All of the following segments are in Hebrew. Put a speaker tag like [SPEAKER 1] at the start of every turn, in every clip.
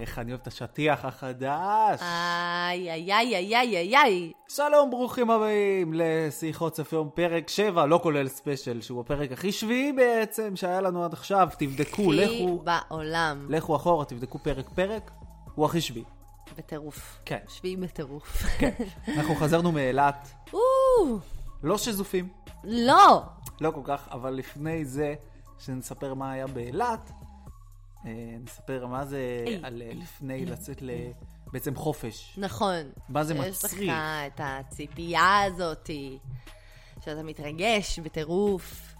[SPEAKER 1] איך אני אוהב את השטיח החדש.
[SPEAKER 2] איי, איי, איי, איי, איי, איי.
[SPEAKER 1] שלום, ברוכים הבאים לשיחות סוף יום, פרק 7, לא כולל ספיישל, שהוא הפרק הכי שביעי בעצם שהיה לנו עד עכשיו. תבדקו,
[SPEAKER 2] כי
[SPEAKER 1] לכו,
[SPEAKER 2] בעולם.
[SPEAKER 1] לכו אחורה, תבדקו פרק-פרק, הוא הכי שביעי.
[SPEAKER 2] בטירוף.
[SPEAKER 1] כן.
[SPEAKER 2] שביעי בטירוף.
[SPEAKER 1] אנחנו חזרנו מאילת,
[SPEAKER 2] או,
[SPEAKER 1] לא שזופים,
[SPEAKER 2] לא.
[SPEAKER 1] לא כל כך, אבל לפני זה, שנספר מה היה באילת, אה, נספר מה זה
[SPEAKER 2] איי,
[SPEAKER 1] על אה, לפני לצאת ל... בעצם חופש.
[SPEAKER 2] נכון.
[SPEAKER 1] מה זה
[SPEAKER 2] יש
[SPEAKER 1] מצריך?
[SPEAKER 2] לך את הציפייה הזאתי, שאתה מתרגש בטירוף.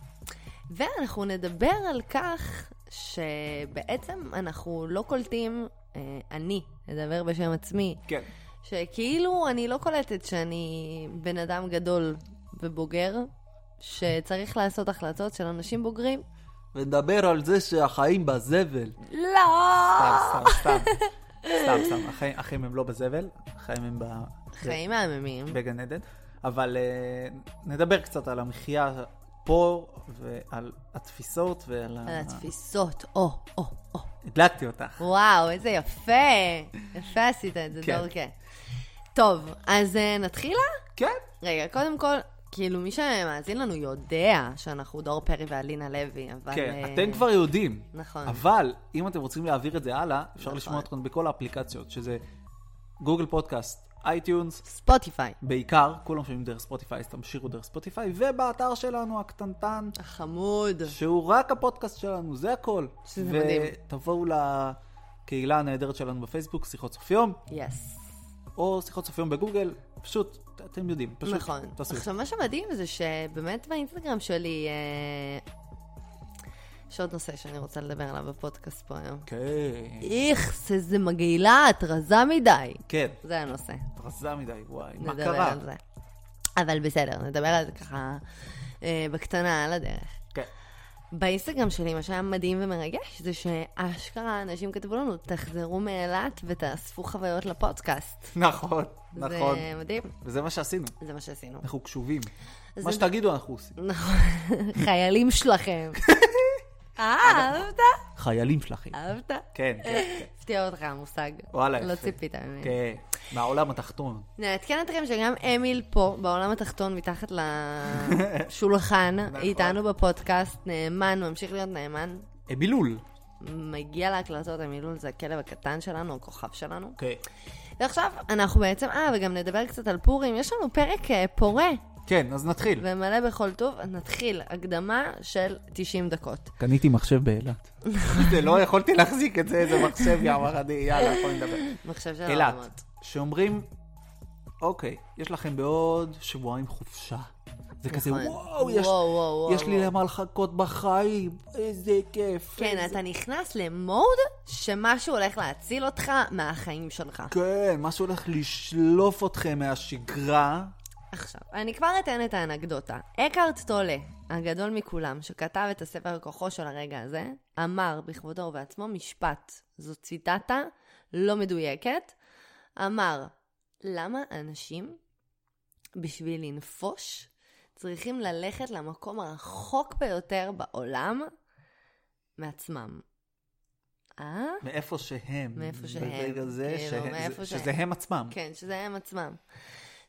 [SPEAKER 2] ואנחנו נדבר על כך שבעצם אנחנו לא קולטים, אה, אני אדבר בשם עצמי,
[SPEAKER 1] כן.
[SPEAKER 2] שכאילו אני לא קולטת שאני בן אדם גדול ובוגר, שצריך לעשות החלטות של אנשים בוגרים.
[SPEAKER 1] ונדבר על זה שהחיים בזבל.
[SPEAKER 2] לא!
[SPEAKER 1] אה, סתם, סתם, סתם. סתם, סתם. החיים- החיים הם לא בזבל, החיים הם ב-
[SPEAKER 2] חיים מהממים.
[SPEAKER 1] בגן עדן. אבל אה, נדבר קצת על המחיה פה, ועל התפיסות ועל
[SPEAKER 2] על
[SPEAKER 1] ה...
[SPEAKER 2] התפיסות, או, או, או.
[SPEAKER 1] הדלקתי אותך.
[SPEAKER 2] וואו, איזה יפה. יפה עשית את זה,
[SPEAKER 1] כן.
[SPEAKER 2] דורקה. טוב, אז אה, נתחילה?
[SPEAKER 1] כן.
[SPEAKER 2] רגע, קודם כל, כאילו, מי שמאזין לנו יודע שאנחנו דור פרי ואלינה לוי, אבל...
[SPEAKER 1] כן,
[SPEAKER 2] אה,
[SPEAKER 1] אתם כבר יודעים.
[SPEAKER 2] נכון.
[SPEAKER 1] אבל אם אתם רוצים להעביר את זה הלאה, אפשר
[SPEAKER 2] נכון.
[SPEAKER 1] לשמוע אתכם בכל האפליקציות, שזה גוגל פודקאסט, אייטיונס,
[SPEAKER 2] ספוטיפיי.
[SPEAKER 1] בעיקר, כולם שומעים דרך ספוטיפיי, אז תמשיכו דרך ספוטיפיי, ובאתר שלנו הקטנטן,
[SPEAKER 2] החמוד.
[SPEAKER 1] שהוא רק הפודקאסט שלנו, זה הכל.
[SPEAKER 2] שזה מדהים.
[SPEAKER 1] ותבואו לקהילה הנהדרת שלנו בפייסבוק, שיחות סוף יום,
[SPEAKER 2] יס.
[SPEAKER 1] או שיחות סוף יום בגוגל, פשוט, אתם יודעים, פשוט
[SPEAKER 2] נכון.
[SPEAKER 1] תעשו.
[SPEAKER 2] עכשיו, מה שמדהים זה שבאמת באינסטגרם שלי... אה, יש עוד נושא שאני רוצה לדבר עליו בפודקאסט פה היום.
[SPEAKER 1] כן,
[SPEAKER 2] איכס, איזה מגעילה, את רזה מדי.
[SPEAKER 1] כן,
[SPEAKER 2] זה הנושא.
[SPEAKER 1] רזה מדי, וואי, מה
[SPEAKER 2] נדבר
[SPEAKER 1] קרה?
[SPEAKER 2] על זה. אבל בסדר, נדבר על זה ככה אה, בקטנה על הדרך.
[SPEAKER 1] כן.
[SPEAKER 2] באינסטגרם שלי, מה שהיה מדהים ומרגש, זה שאשכרה אנשים כתבו לנו, תחזרו מאילת ותאספו חוויות לפודקאסט.
[SPEAKER 1] נכון, נכון.
[SPEAKER 2] זה מדהים,
[SPEAKER 1] וזה מה שעשינו,
[SPEAKER 2] זה מה שעשינו.
[SPEAKER 1] אנחנו קשובים.
[SPEAKER 2] אז
[SPEAKER 1] מה
[SPEAKER 2] זה-
[SPEAKER 1] שתגידו אנחנו עושים.
[SPEAKER 2] נכון, חיילים שלכם. אה, אהבת?
[SPEAKER 1] חיילים שלכם.
[SPEAKER 2] אהבת?
[SPEAKER 1] כן, כן, כן.
[SPEAKER 2] הפתיע אותך המושג.
[SPEAKER 1] וואלה, יפה.
[SPEAKER 2] לא ציפית ממני.
[SPEAKER 1] כן, מהעולם התחתון.
[SPEAKER 2] נעדכן אתכם שגם אמיל פה, בעולם התחתון, מתחת לשולחן,
[SPEAKER 1] נכון.
[SPEAKER 2] איתנו בפודקאסט, נאמן, ממשיך להיות נאמן.
[SPEAKER 1] בילול.
[SPEAKER 2] מגיע להקלטות, המילול זה הכלב הקטן שלנו, הכוכב שלנו.
[SPEAKER 1] כן.
[SPEAKER 2] ועכשיו, אנחנו בעצם, אה, וגם נדבר קצת על פורים. יש לנו פרק אה, פורה
[SPEAKER 1] כן, אז נתחיל.
[SPEAKER 2] ומלא בכל טוב. אז נתחיל, הקדמה של 90 דקות.
[SPEAKER 1] קניתי מחשב באילת. לא יכולתי להחזיק את זה, איזה מחשב, יא מרדי, יאללה, בוא נדבר.
[SPEAKER 2] מחשב של העולמות.
[SPEAKER 1] אילת, שאומרים, אוקיי, יש לכם בעוד שבועיים חופשה. זה כזה,
[SPEAKER 2] נכון.
[SPEAKER 1] וואו, יש-
[SPEAKER 2] וואו, וואו,
[SPEAKER 1] יש לי
[SPEAKER 2] וואו.
[SPEAKER 1] למה לחכות בחיים, איזה כיף.
[SPEAKER 2] כן,
[SPEAKER 1] איזה-
[SPEAKER 2] אתה נכנס למוד שמשהו הולך להציל אותך מהחיים שלך.
[SPEAKER 1] כן, משהו הולך לשלוף אתכם מהשגרה.
[SPEAKER 2] עכשיו, אני כבר אתן את האנקדוטה. אקארט טולה, הגדול מכולם, שכתב את הספר כוחו של הרגע הזה, אמר בכבודו ובעצמו משפט, זו ציטטה לא מדויקת, אמר, למה אנשים, בשביל לנפוש, צריכים ללכת למקום הרחוק ביותר בעולם מעצמם? אה?
[SPEAKER 1] מאיפה שהם.
[SPEAKER 2] מאיפה שהם,
[SPEAKER 1] ברגע זה,
[SPEAKER 2] כאילו,
[SPEAKER 1] שהם-
[SPEAKER 2] מאיפה
[SPEAKER 1] שזה
[SPEAKER 2] שהם.
[SPEAKER 1] הם עצמם.
[SPEAKER 2] כן, שזה הם עצמם.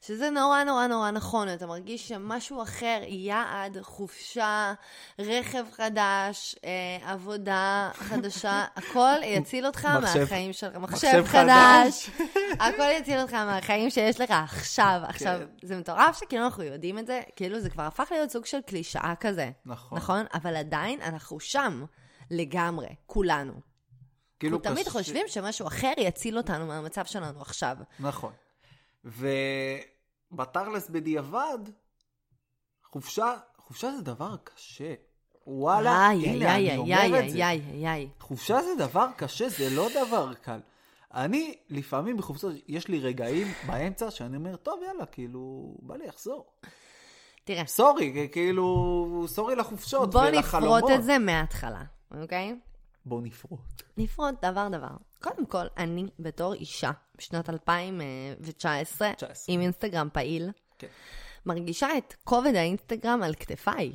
[SPEAKER 2] שזה נורא נורא נורא נכון, אתה מרגיש שמשהו אחר, יעד, חופשה, רכב חדש, אה, עבודה חדשה, הכל יציל אותך
[SPEAKER 1] מחשב-
[SPEAKER 2] מהחיים שלך, מחשב
[SPEAKER 1] מחשב
[SPEAKER 2] חדש, הכל יציל אותך מהחיים שיש לך עכשיו. עכשיו,
[SPEAKER 1] כן.
[SPEAKER 2] זה מטורף שכאילו אנחנו יודעים את זה, כאילו זה כבר הפך להיות סוג של קלישאה כזה,
[SPEAKER 1] נכון.
[SPEAKER 2] נכון? אבל עדיין אנחנו שם לגמרי, כולנו.
[SPEAKER 1] כאילו
[SPEAKER 2] אנחנו תמיד
[SPEAKER 1] קשה-
[SPEAKER 2] חושבים שמשהו אחר יציל אותנו מהמצב שלנו עכשיו.
[SPEAKER 1] נכון. ובתכלס בדיעבד, חופשה, חופשה זה דבר קשה. וואלה, הנה, אני אומר את זה.
[SPEAKER 2] איי, איי, איי, איי.
[SPEAKER 1] חופשה זה דבר קשה, זה לא דבר קל. אני, לפעמים בחופשות, יש לי רגעים באמצע שאני אומר, טוב, יאללה, כאילו, בא לי לחזור.
[SPEAKER 2] תראה,
[SPEAKER 1] סורי, כאילו, סורי לחופשות
[SPEAKER 2] בוא
[SPEAKER 1] ולחלומות.
[SPEAKER 2] נפרוט את זה מההתחלה, אוקיי?
[SPEAKER 1] בוא נפרוט.
[SPEAKER 2] נפרוט דבר דבר. קודם כל, אני בתור אישה בשנת 2019,
[SPEAKER 1] 19.
[SPEAKER 2] עם אינסטגרם פעיל,
[SPEAKER 1] כן.
[SPEAKER 2] מרגישה את כובד האינסטגרם על כתפיי.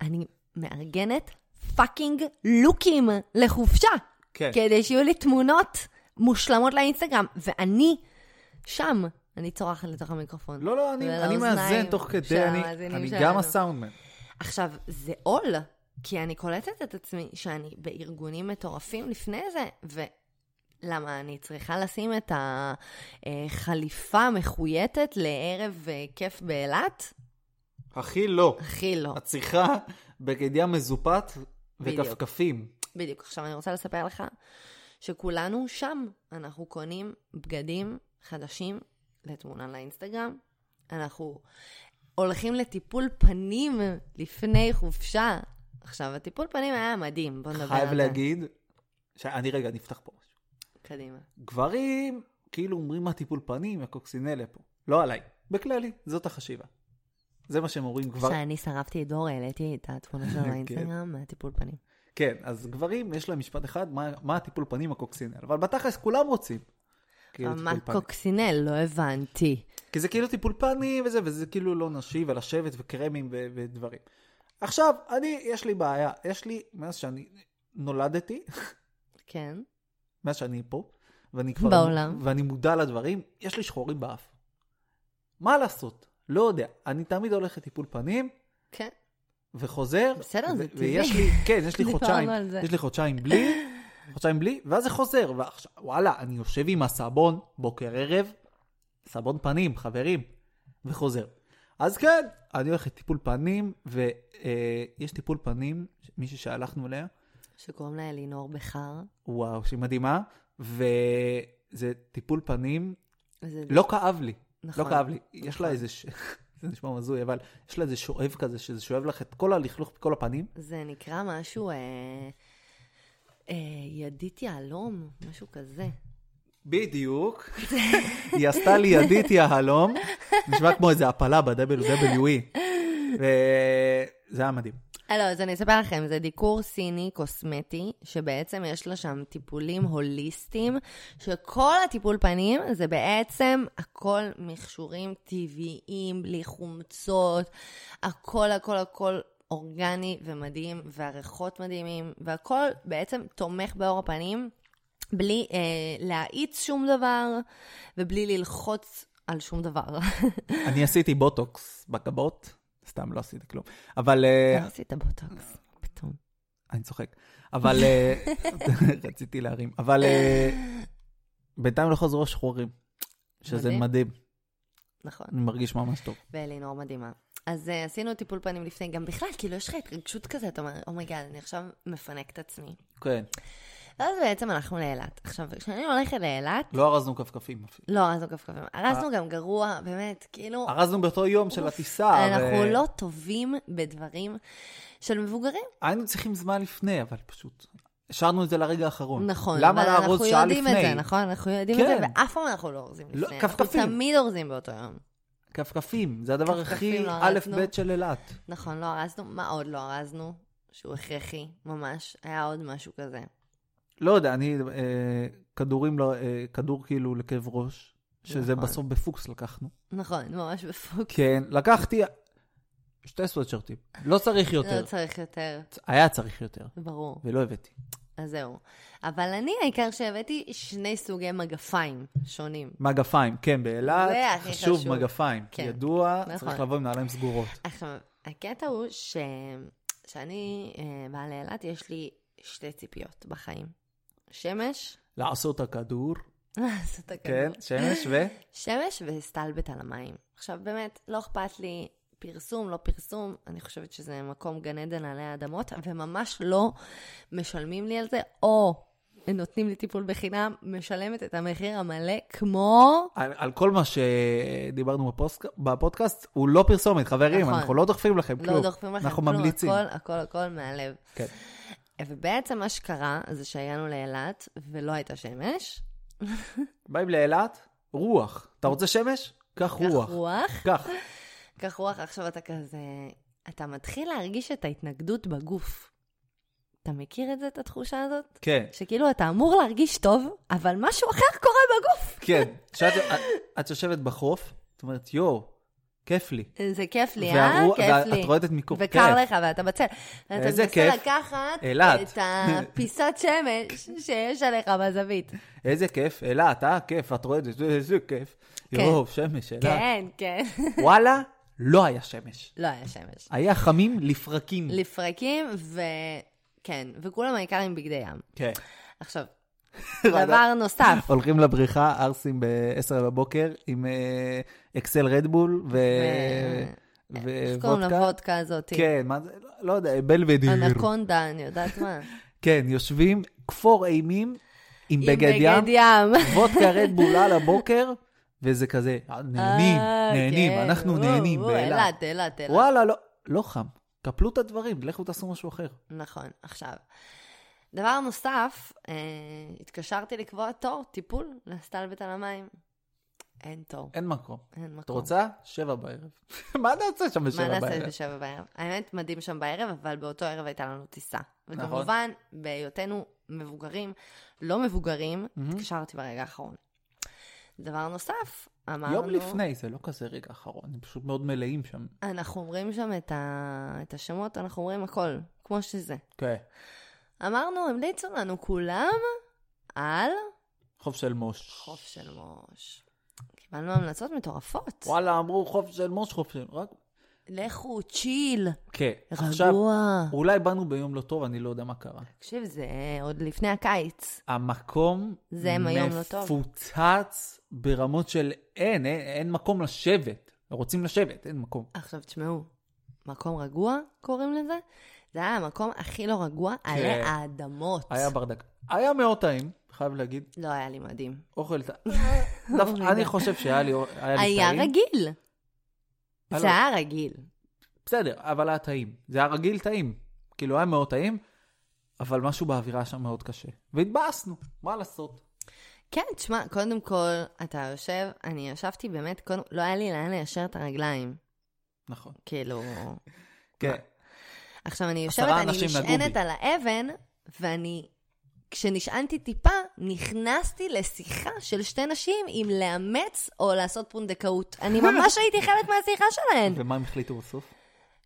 [SPEAKER 2] אני מארגנת פאקינג לוקים לחופשה,
[SPEAKER 1] כן.
[SPEAKER 2] כדי שיהיו לי תמונות מושלמות לאינסטגרם, ואני שם, אני צורחת לתוך המיקרופון.
[SPEAKER 1] לא, לא, אני, אני
[SPEAKER 2] ולאוזניים
[SPEAKER 1] מאזן תוך
[SPEAKER 2] של
[SPEAKER 1] כדי, אני,
[SPEAKER 2] המאזינים
[SPEAKER 1] אני גם
[SPEAKER 2] שלנו.
[SPEAKER 1] הסאונדמן.
[SPEAKER 2] עכשיו, זה עול, כי אני קולטת את עצמי שאני בארגונים מטורפים לפני זה, ולמה אני צריכה לשים את החליפה המחויטת לערב אה, כיף באילת?
[SPEAKER 1] הכי לא.
[SPEAKER 2] הכי לא.
[SPEAKER 1] את צריכה בגד מזופת
[SPEAKER 2] בדיוק.
[SPEAKER 1] וכפכפים.
[SPEAKER 2] בדיוק. עכשיו אני רוצה לספר לך שכולנו שם. אנחנו קונים בגדים חדשים לתמונה לאינסטגרם. אנחנו הולכים לטיפול פנים לפני חופשה. עכשיו, הטיפול פנים היה מדהים, בוא נדבר על
[SPEAKER 1] חייב
[SPEAKER 2] זה.
[SPEAKER 1] להגיד, ש- אני רגע, נפתח פה משהו.
[SPEAKER 2] קדימה.
[SPEAKER 1] גברים כאילו אומרים הטיפול פנים, הקוקסינלה פה. לא עליי, בכללי, זאת החשיבה. זה מה שהם אומרים כבר.
[SPEAKER 2] כשאני שרפתי את דור, העליתי את התמונה שלו לאינסטגרם מהטיפול פנים.
[SPEAKER 1] כן, אז גברים, יש להם משפט אחד, מה, מה הטיפול פנים הקוקסינל. אבל בתכלס כולם רוצים. כאילו
[SPEAKER 2] מה
[SPEAKER 1] טיפול פנים.
[SPEAKER 2] קוקסינל? לא הבנתי.
[SPEAKER 1] כי זה כאילו טיפול פנים וזה, וזה כאילו לא נשי, ולשבת וקרמים ו- ודברים. עכשיו, אני, יש לי בעיה. יש לי, מאז שאני נולדתי,
[SPEAKER 2] כן.
[SPEAKER 1] מאז שאני פה, ואני כבר...
[SPEAKER 2] בעולם.
[SPEAKER 1] ואני מודע לדברים, יש לי שחורים באף. מה לעשות? לא יודע. אני תמיד הולך לטיפול פנים,
[SPEAKER 2] כן.
[SPEAKER 1] וחוזר.
[SPEAKER 2] בסדר, זה
[SPEAKER 1] ו-
[SPEAKER 2] טבעי.
[SPEAKER 1] ויש לי, כן, יש לי
[SPEAKER 2] דיברנו
[SPEAKER 1] חודשיים,
[SPEAKER 2] על זה.
[SPEAKER 1] יש לי חודשיים בלי, חודשיים בלי, ואז זה חוזר. ועכשיו, וואלה, אני יושב עם הסבון בוקר ערב, סבון פנים, חברים, וחוזר. אז כן, אני הולך לטיפול פנים, ויש אה, יש טיפול פנים, מישהי שהלכנו אליה,
[SPEAKER 2] שקוראים לה אלינור בכר.
[SPEAKER 1] וואו, שהיא מדהימה, וזה טיפול פנים,
[SPEAKER 2] זה
[SPEAKER 1] לא כאב לי.
[SPEAKER 2] נכון.
[SPEAKER 1] לא כאב לי. יש לה איזה, ש... זה נשמע מזוי, אבל יש לה איזה שואב כזה, שזה שואב לך את כל הלכלוך בכל הפנים.
[SPEAKER 2] זה נקרא משהו אה, אה, ידית יהלום, משהו כזה.
[SPEAKER 1] בדיוק. היא עשתה לי ידית יהלום, נשמע כמו איזה הפלה ב-WWE. וזה היה מדהים.
[SPEAKER 2] אה, לא, אז אני אספר לכם, זה דיקור סיני קוסמטי, שבעצם יש לו שם טיפולים הוליסטיים, שכל הטיפול פנים זה בעצם הכל מכשורים טבעיים, בלי חומצות, הכל הכל הכל אורגני ומדהים, והריחות מדהימים, והכל בעצם תומך באור הפנים, בלי אה, להאיץ שום דבר, ובלי ללחוץ על שום דבר.
[SPEAKER 1] אני עשיתי בוטוקס בגבות, סתם לא עשיתי כלום. אבל אה,
[SPEAKER 2] לא עשית בוטוקס, פתאום.
[SPEAKER 1] אני צוחק. אבל אה, רציתי להרים. אבל אה, בינתיים לא חזרו השחורים, שזה
[SPEAKER 2] מדהים.
[SPEAKER 1] מדהים.
[SPEAKER 2] נכון.
[SPEAKER 1] אני מרגיש ממש טוב.
[SPEAKER 2] ואלינור מדהימה. אז uh, עשינו טיפול פנים לפני, גם בכלל, כאילו, יש לך התרגשות כזה, אתה אומר, אומייגאד, אני עכשיו מפנק את עצמי.
[SPEAKER 1] כן.
[SPEAKER 2] ואז בעצם הלכנו לאילת. עכשיו, כשאני הולכת לאילת,
[SPEAKER 1] לא ארזנו כפכפים אפילו.
[SPEAKER 2] לא ארזנו כפכפים, ארזנו
[SPEAKER 1] אה.
[SPEAKER 2] גם גרוע, באמת, כאילו,
[SPEAKER 1] ארזנו באותו יום של הטיסה.
[SPEAKER 2] אנחנו
[SPEAKER 1] אה, ו-
[SPEAKER 2] לא טובים בדברים של מבוגרים.
[SPEAKER 1] היינו צריכים זמן לפני, אבל פשוט. השארנו את זה לרגע האחרון.
[SPEAKER 2] נכון,
[SPEAKER 1] למה
[SPEAKER 2] אבל
[SPEAKER 1] לארוז
[SPEAKER 2] אנחנו
[SPEAKER 1] שעה
[SPEAKER 2] יודעים
[SPEAKER 1] לפני?
[SPEAKER 2] את זה, נכון? אנחנו יודעים את זה,
[SPEAKER 1] כן.
[SPEAKER 2] ואף פעם אנחנו לא אורזים
[SPEAKER 1] לא,
[SPEAKER 2] לפני. אנחנו
[SPEAKER 1] כפכפים.
[SPEAKER 2] תמיד אורזים באותו יום.
[SPEAKER 1] כפכפים, זה הדבר הכי
[SPEAKER 2] כפכפים לא
[SPEAKER 1] א'
[SPEAKER 2] ארזנו.
[SPEAKER 1] ב' של אילת.
[SPEAKER 2] נכון, לא ארזנו. מה עוד לא ארזנו? שהוא הכרחי, ממש. היה עוד משהו כזה.
[SPEAKER 1] לא יודע, אני, אה, כדורים, לא- אה, כדור כאילו לכאב ראש, שזה
[SPEAKER 2] נכון.
[SPEAKER 1] בסוף בפוקס לקחנו.
[SPEAKER 2] נכון, ממש בפוקס.
[SPEAKER 1] כן, לקחתי שתי סוואטשרטים. לא צריך
[SPEAKER 2] לא
[SPEAKER 1] יותר.
[SPEAKER 2] צריך יותר,
[SPEAKER 1] היה צריך יותר,
[SPEAKER 2] ברור.
[SPEAKER 1] ולא הבאתי.
[SPEAKER 2] אז זהו. אבל אני, העיקר שהבאתי שני סוגי מגפיים שונים.
[SPEAKER 1] מגפיים, כן, באילת,
[SPEAKER 2] זה הכי
[SPEAKER 1] חשוב
[SPEAKER 2] חשוב.
[SPEAKER 1] מגפיים.
[SPEAKER 2] כן.
[SPEAKER 1] ידוע,
[SPEAKER 2] נכון.
[SPEAKER 1] צריך לבוא עם נעליים סגורות.
[SPEAKER 2] עכשיו, הקטע הוא ש... שאני אה, באה לאילת, יש לי שתי ציפיות בחיים. שמש,
[SPEAKER 1] לעשות הכדור,
[SPEAKER 2] אז אתה
[SPEAKER 1] כן,
[SPEAKER 2] כזה.
[SPEAKER 1] שמש ו...
[SPEAKER 2] שמש והסתלבט על המים. עכשיו, באמת, לא אכפת לי פרסום, לא פרסום, אני חושבת שזה מקום גן עדן עלי האדמות, וממש לא משלמים לי על זה, או נותנים לי טיפול בחינם, משלמת את המחיר המלא, כמו...
[SPEAKER 1] על, על כל מה שדיברנו בפוסק, בפודקאסט, הוא לא פרסומת, חברים,
[SPEAKER 2] נכון.
[SPEAKER 1] אנחנו לא דוחפים לכם כלום.
[SPEAKER 2] לא דוחפים לכם
[SPEAKER 1] אנחנו
[SPEAKER 2] כלום,
[SPEAKER 1] ממליצים.
[SPEAKER 2] הכל, הכל, הכל מהלב.
[SPEAKER 1] כן.
[SPEAKER 2] ובעצם מה שקרה זה שהגענו לאילת ולא הייתה שמש.
[SPEAKER 1] באים לאילת, רוח. אתה רוצה שמש? קח רוח.
[SPEAKER 2] קח רוח.
[SPEAKER 1] קח.
[SPEAKER 2] קח רוח, עכשיו אתה כזה... אתה מתחיל להרגיש את ההתנגדות בגוף. אתה מכיר את זה, את התחושה הזאת?
[SPEAKER 1] כן,
[SPEAKER 2] שכאילו אתה אמור להרגיש טוב, אבל משהו אחר קורה בגוף.
[SPEAKER 1] כן. כשאת את- את יושבת בחוף, את אומרת, יואו, כיף לי.
[SPEAKER 2] זה כיף לי, אה?
[SPEAKER 1] והרוח-
[SPEAKER 2] כיף לי.
[SPEAKER 1] ואת רועדת מקור.
[SPEAKER 2] וקר
[SPEAKER 1] כיף.
[SPEAKER 2] לך ואתה בצל. ואתה
[SPEAKER 1] איזה
[SPEAKER 2] מנסה
[SPEAKER 1] כיף.
[SPEAKER 2] לקחת
[SPEAKER 1] אילת.
[SPEAKER 2] את הפיסת שמש שיש עליך בזווית.
[SPEAKER 1] איזה כיף, אילת, אה? כיף, את רועדת, זה- איזה כיף.
[SPEAKER 2] כן.
[SPEAKER 1] יואו, שמש, אילת.
[SPEAKER 2] כן, כן.
[SPEAKER 1] וואלה, לא היה שמש.
[SPEAKER 2] לא היה שמש.
[SPEAKER 1] היה חמים לפרקים.
[SPEAKER 2] לפרקים, וכן, וכולם העיקר עם בגדי ים.
[SPEAKER 1] כן.
[SPEAKER 2] עכשיו, דבר נוסף,
[SPEAKER 1] הולכים לבריכה, ערסים ב-10 בבוקר, עם אה, אקסל רדבול ו...
[SPEAKER 2] ו- איך קוראים לוודקה הזאת?
[SPEAKER 1] אה, כן, מה זה? לא- לא יודע, בלבדיר.
[SPEAKER 2] אנקונדה, אני יודעת מה.
[SPEAKER 1] כן, יושבים כפור אימים עם
[SPEAKER 2] עם
[SPEAKER 1] בגד ים,
[SPEAKER 2] בגד ים.
[SPEAKER 1] וודקה רדבול על הבוקר, וזה כזה, נהנים,
[SPEAKER 2] אה,
[SPEAKER 1] נהנים,
[SPEAKER 2] כן,
[SPEAKER 1] אנחנו
[SPEAKER 2] וואו,
[SPEAKER 1] נהנים
[SPEAKER 2] וואו,
[SPEAKER 1] באילת.
[SPEAKER 2] אילת, אילת, אילת.
[SPEAKER 1] וואלה, לא- לא חם. קפלו את הדברים, לכו תעשו משהו אחר.
[SPEAKER 2] נכון, עכשיו. דבר נוסף, אה, התקשרתי לקבוע תור, טיפול, להסתלבט על המים. אין תור,
[SPEAKER 1] אין מקום.
[SPEAKER 2] אין מקום.
[SPEAKER 1] את רוצה? שבע בערב. מה נעשה שם בשבע
[SPEAKER 2] מה
[SPEAKER 1] בערב?
[SPEAKER 2] נעשה בשבע בערב? האמת, מדהים שם בערב, אבל באותו ערב הייתה לנו טיסה.
[SPEAKER 1] נכון.
[SPEAKER 2] וכמובן, בהיותנו מבוגרים, לא מבוגרים, התקשרתי ברגע האחרון. דבר נוסף, אמרנו...
[SPEAKER 1] יום לפני, זה לא כזה רגע אחרון, הם פשוט מאוד מלאים שם.
[SPEAKER 2] אנחנו אומרים שם את, ה... את השמות, אנחנו אומרים הכל, כמו שזה.
[SPEAKER 1] כן.
[SPEAKER 2] אמרנו, המליצו לנו כולם על
[SPEAKER 1] חוף של מוש.
[SPEAKER 2] חוף של מוש. קיבלנו המלצות מטורפות.
[SPEAKER 1] וואלה, אמרו חוף של מוש, חוף של... רק...
[SPEAKER 2] לכו, צ'יל,
[SPEAKER 1] כן. עכשיו,
[SPEAKER 2] רגוע.
[SPEAKER 1] אולי באנו ביום לא טוב, אני לא יודע מה קרה.
[SPEAKER 2] תקשיב, זה עוד לפני הקיץ.
[SPEAKER 1] המקום
[SPEAKER 2] זה הם היום לא טוב.
[SPEAKER 1] מפוצץ ברמות של אין, אין, אין מקום לשבת. רוצים לשבת, אין מקום.
[SPEAKER 2] עכשיו תשמעו, מקום רגוע קוראים לזה? זה היה המקום הכי לא רגוע, עלי האדמות.
[SPEAKER 1] כן. היה ברדק. היה מאוד טעים, חייב להגיד.
[SPEAKER 2] לא היה לי מדהים.
[SPEAKER 1] אוכל טעים. דווקא אני חושב שהיה לי היה לי טעים.
[SPEAKER 2] אוקיי. היה רגיל.
[SPEAKER 1] הלו.
[SPEAKER 2] זה היה רגיל.
[SPEAKER 1] בסדר, אבל היה טעים. זה היה רגיל טעים. כאילו, היה מאוד טעים, אבל משהו באווירה שם מאוד קשה. והתבאסנו, מה לעשות?
[SPEAKER 2] כן, תשמע, קודם כל, אתה יושב, אני ישבתי באמת, קודם, לא היה לי לאן ליישר את הרגליים.
[SPEAKER 1] נכון.
[SPEAKER 2] כאילו...
[SPEAKER 1] כן.
[SPEAKER 2] עכשיו, אני
[SPEAKER 1] עשרה
[SPEAKER 2] יושבת, אני
[SPEAKER 1] אנשים נגעו
[SPEAKER 2] נשענת
[SPEAKER 1] בי.
[SPEAKER 2] על האבן, ואני, כשנשענתי טיפה, נכנסתי לשיחה של שתי נשים אם לאמץ או לעשות פונדקאות. אני ממש הייתי חלק מהשיחה שלהן.
[SPEAKER 1] ומה הם החליטו בסוף?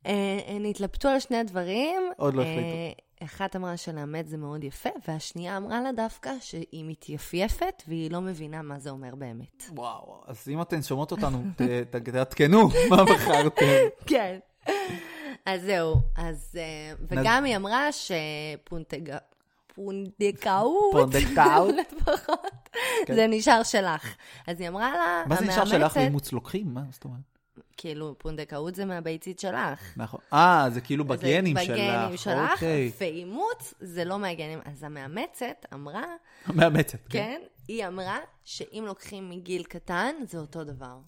[SPEAKER 2] אה, הן התלבטו על שני דברים.
[SPEAKER 1] עוד לא
[SPEAKER 2] אה,
[SPEAKER 1] החליטו.
[SPEAKER 2] אחת אמרה שלאמת זה מאוד יפה, והשנייה אמרה לה דווקא שהיא מתייפייפת והיא לא מבינה מה זה אומר באמת.
[SPEAKER 1] וואו, אז אם אתן שומעות אותנו, ת- ת- תעדכנו מה בחרתם.
[SPEAKER 2] כן. אז זהו, אז... אה, וגם היא אמרה שפונדקאות... פונדקאות,
[SPEAKER 1] פונדקאות.
[SPEAKER 2] לפחות,
[SPEAKER 1] כן.
[SPEAKER 2] זה נשאר שלך. אז היא אמרה לה,
[SPEAKER 1] מה זה נשאר שלך
[SPEAKER 2] המאמצת,
[SPEAKER 1] לאימוץ לוקחים? מה זאת אומרת?
[SPEAKER 2] כאילו, פונדקאות זה מהביצית שלך.
[SPEAKER 1] נכון. אה, זה כאילו
[SPEAKER 2] זה
[SPEAKER 1] בגנים שלך.
[SPEAKER 2] בגנים שלך,
[SPEAKER 1] אוקיי.
[SPEAKER 2] ואימוץ זה לא מהגנים. אז המאמצת אמרה,
[SPEAKER 1] מאמצת. כן.
[SPEAKER 2] כן, היא אמרה שאם לוקחים מגיל קטן, זה אותו דבר.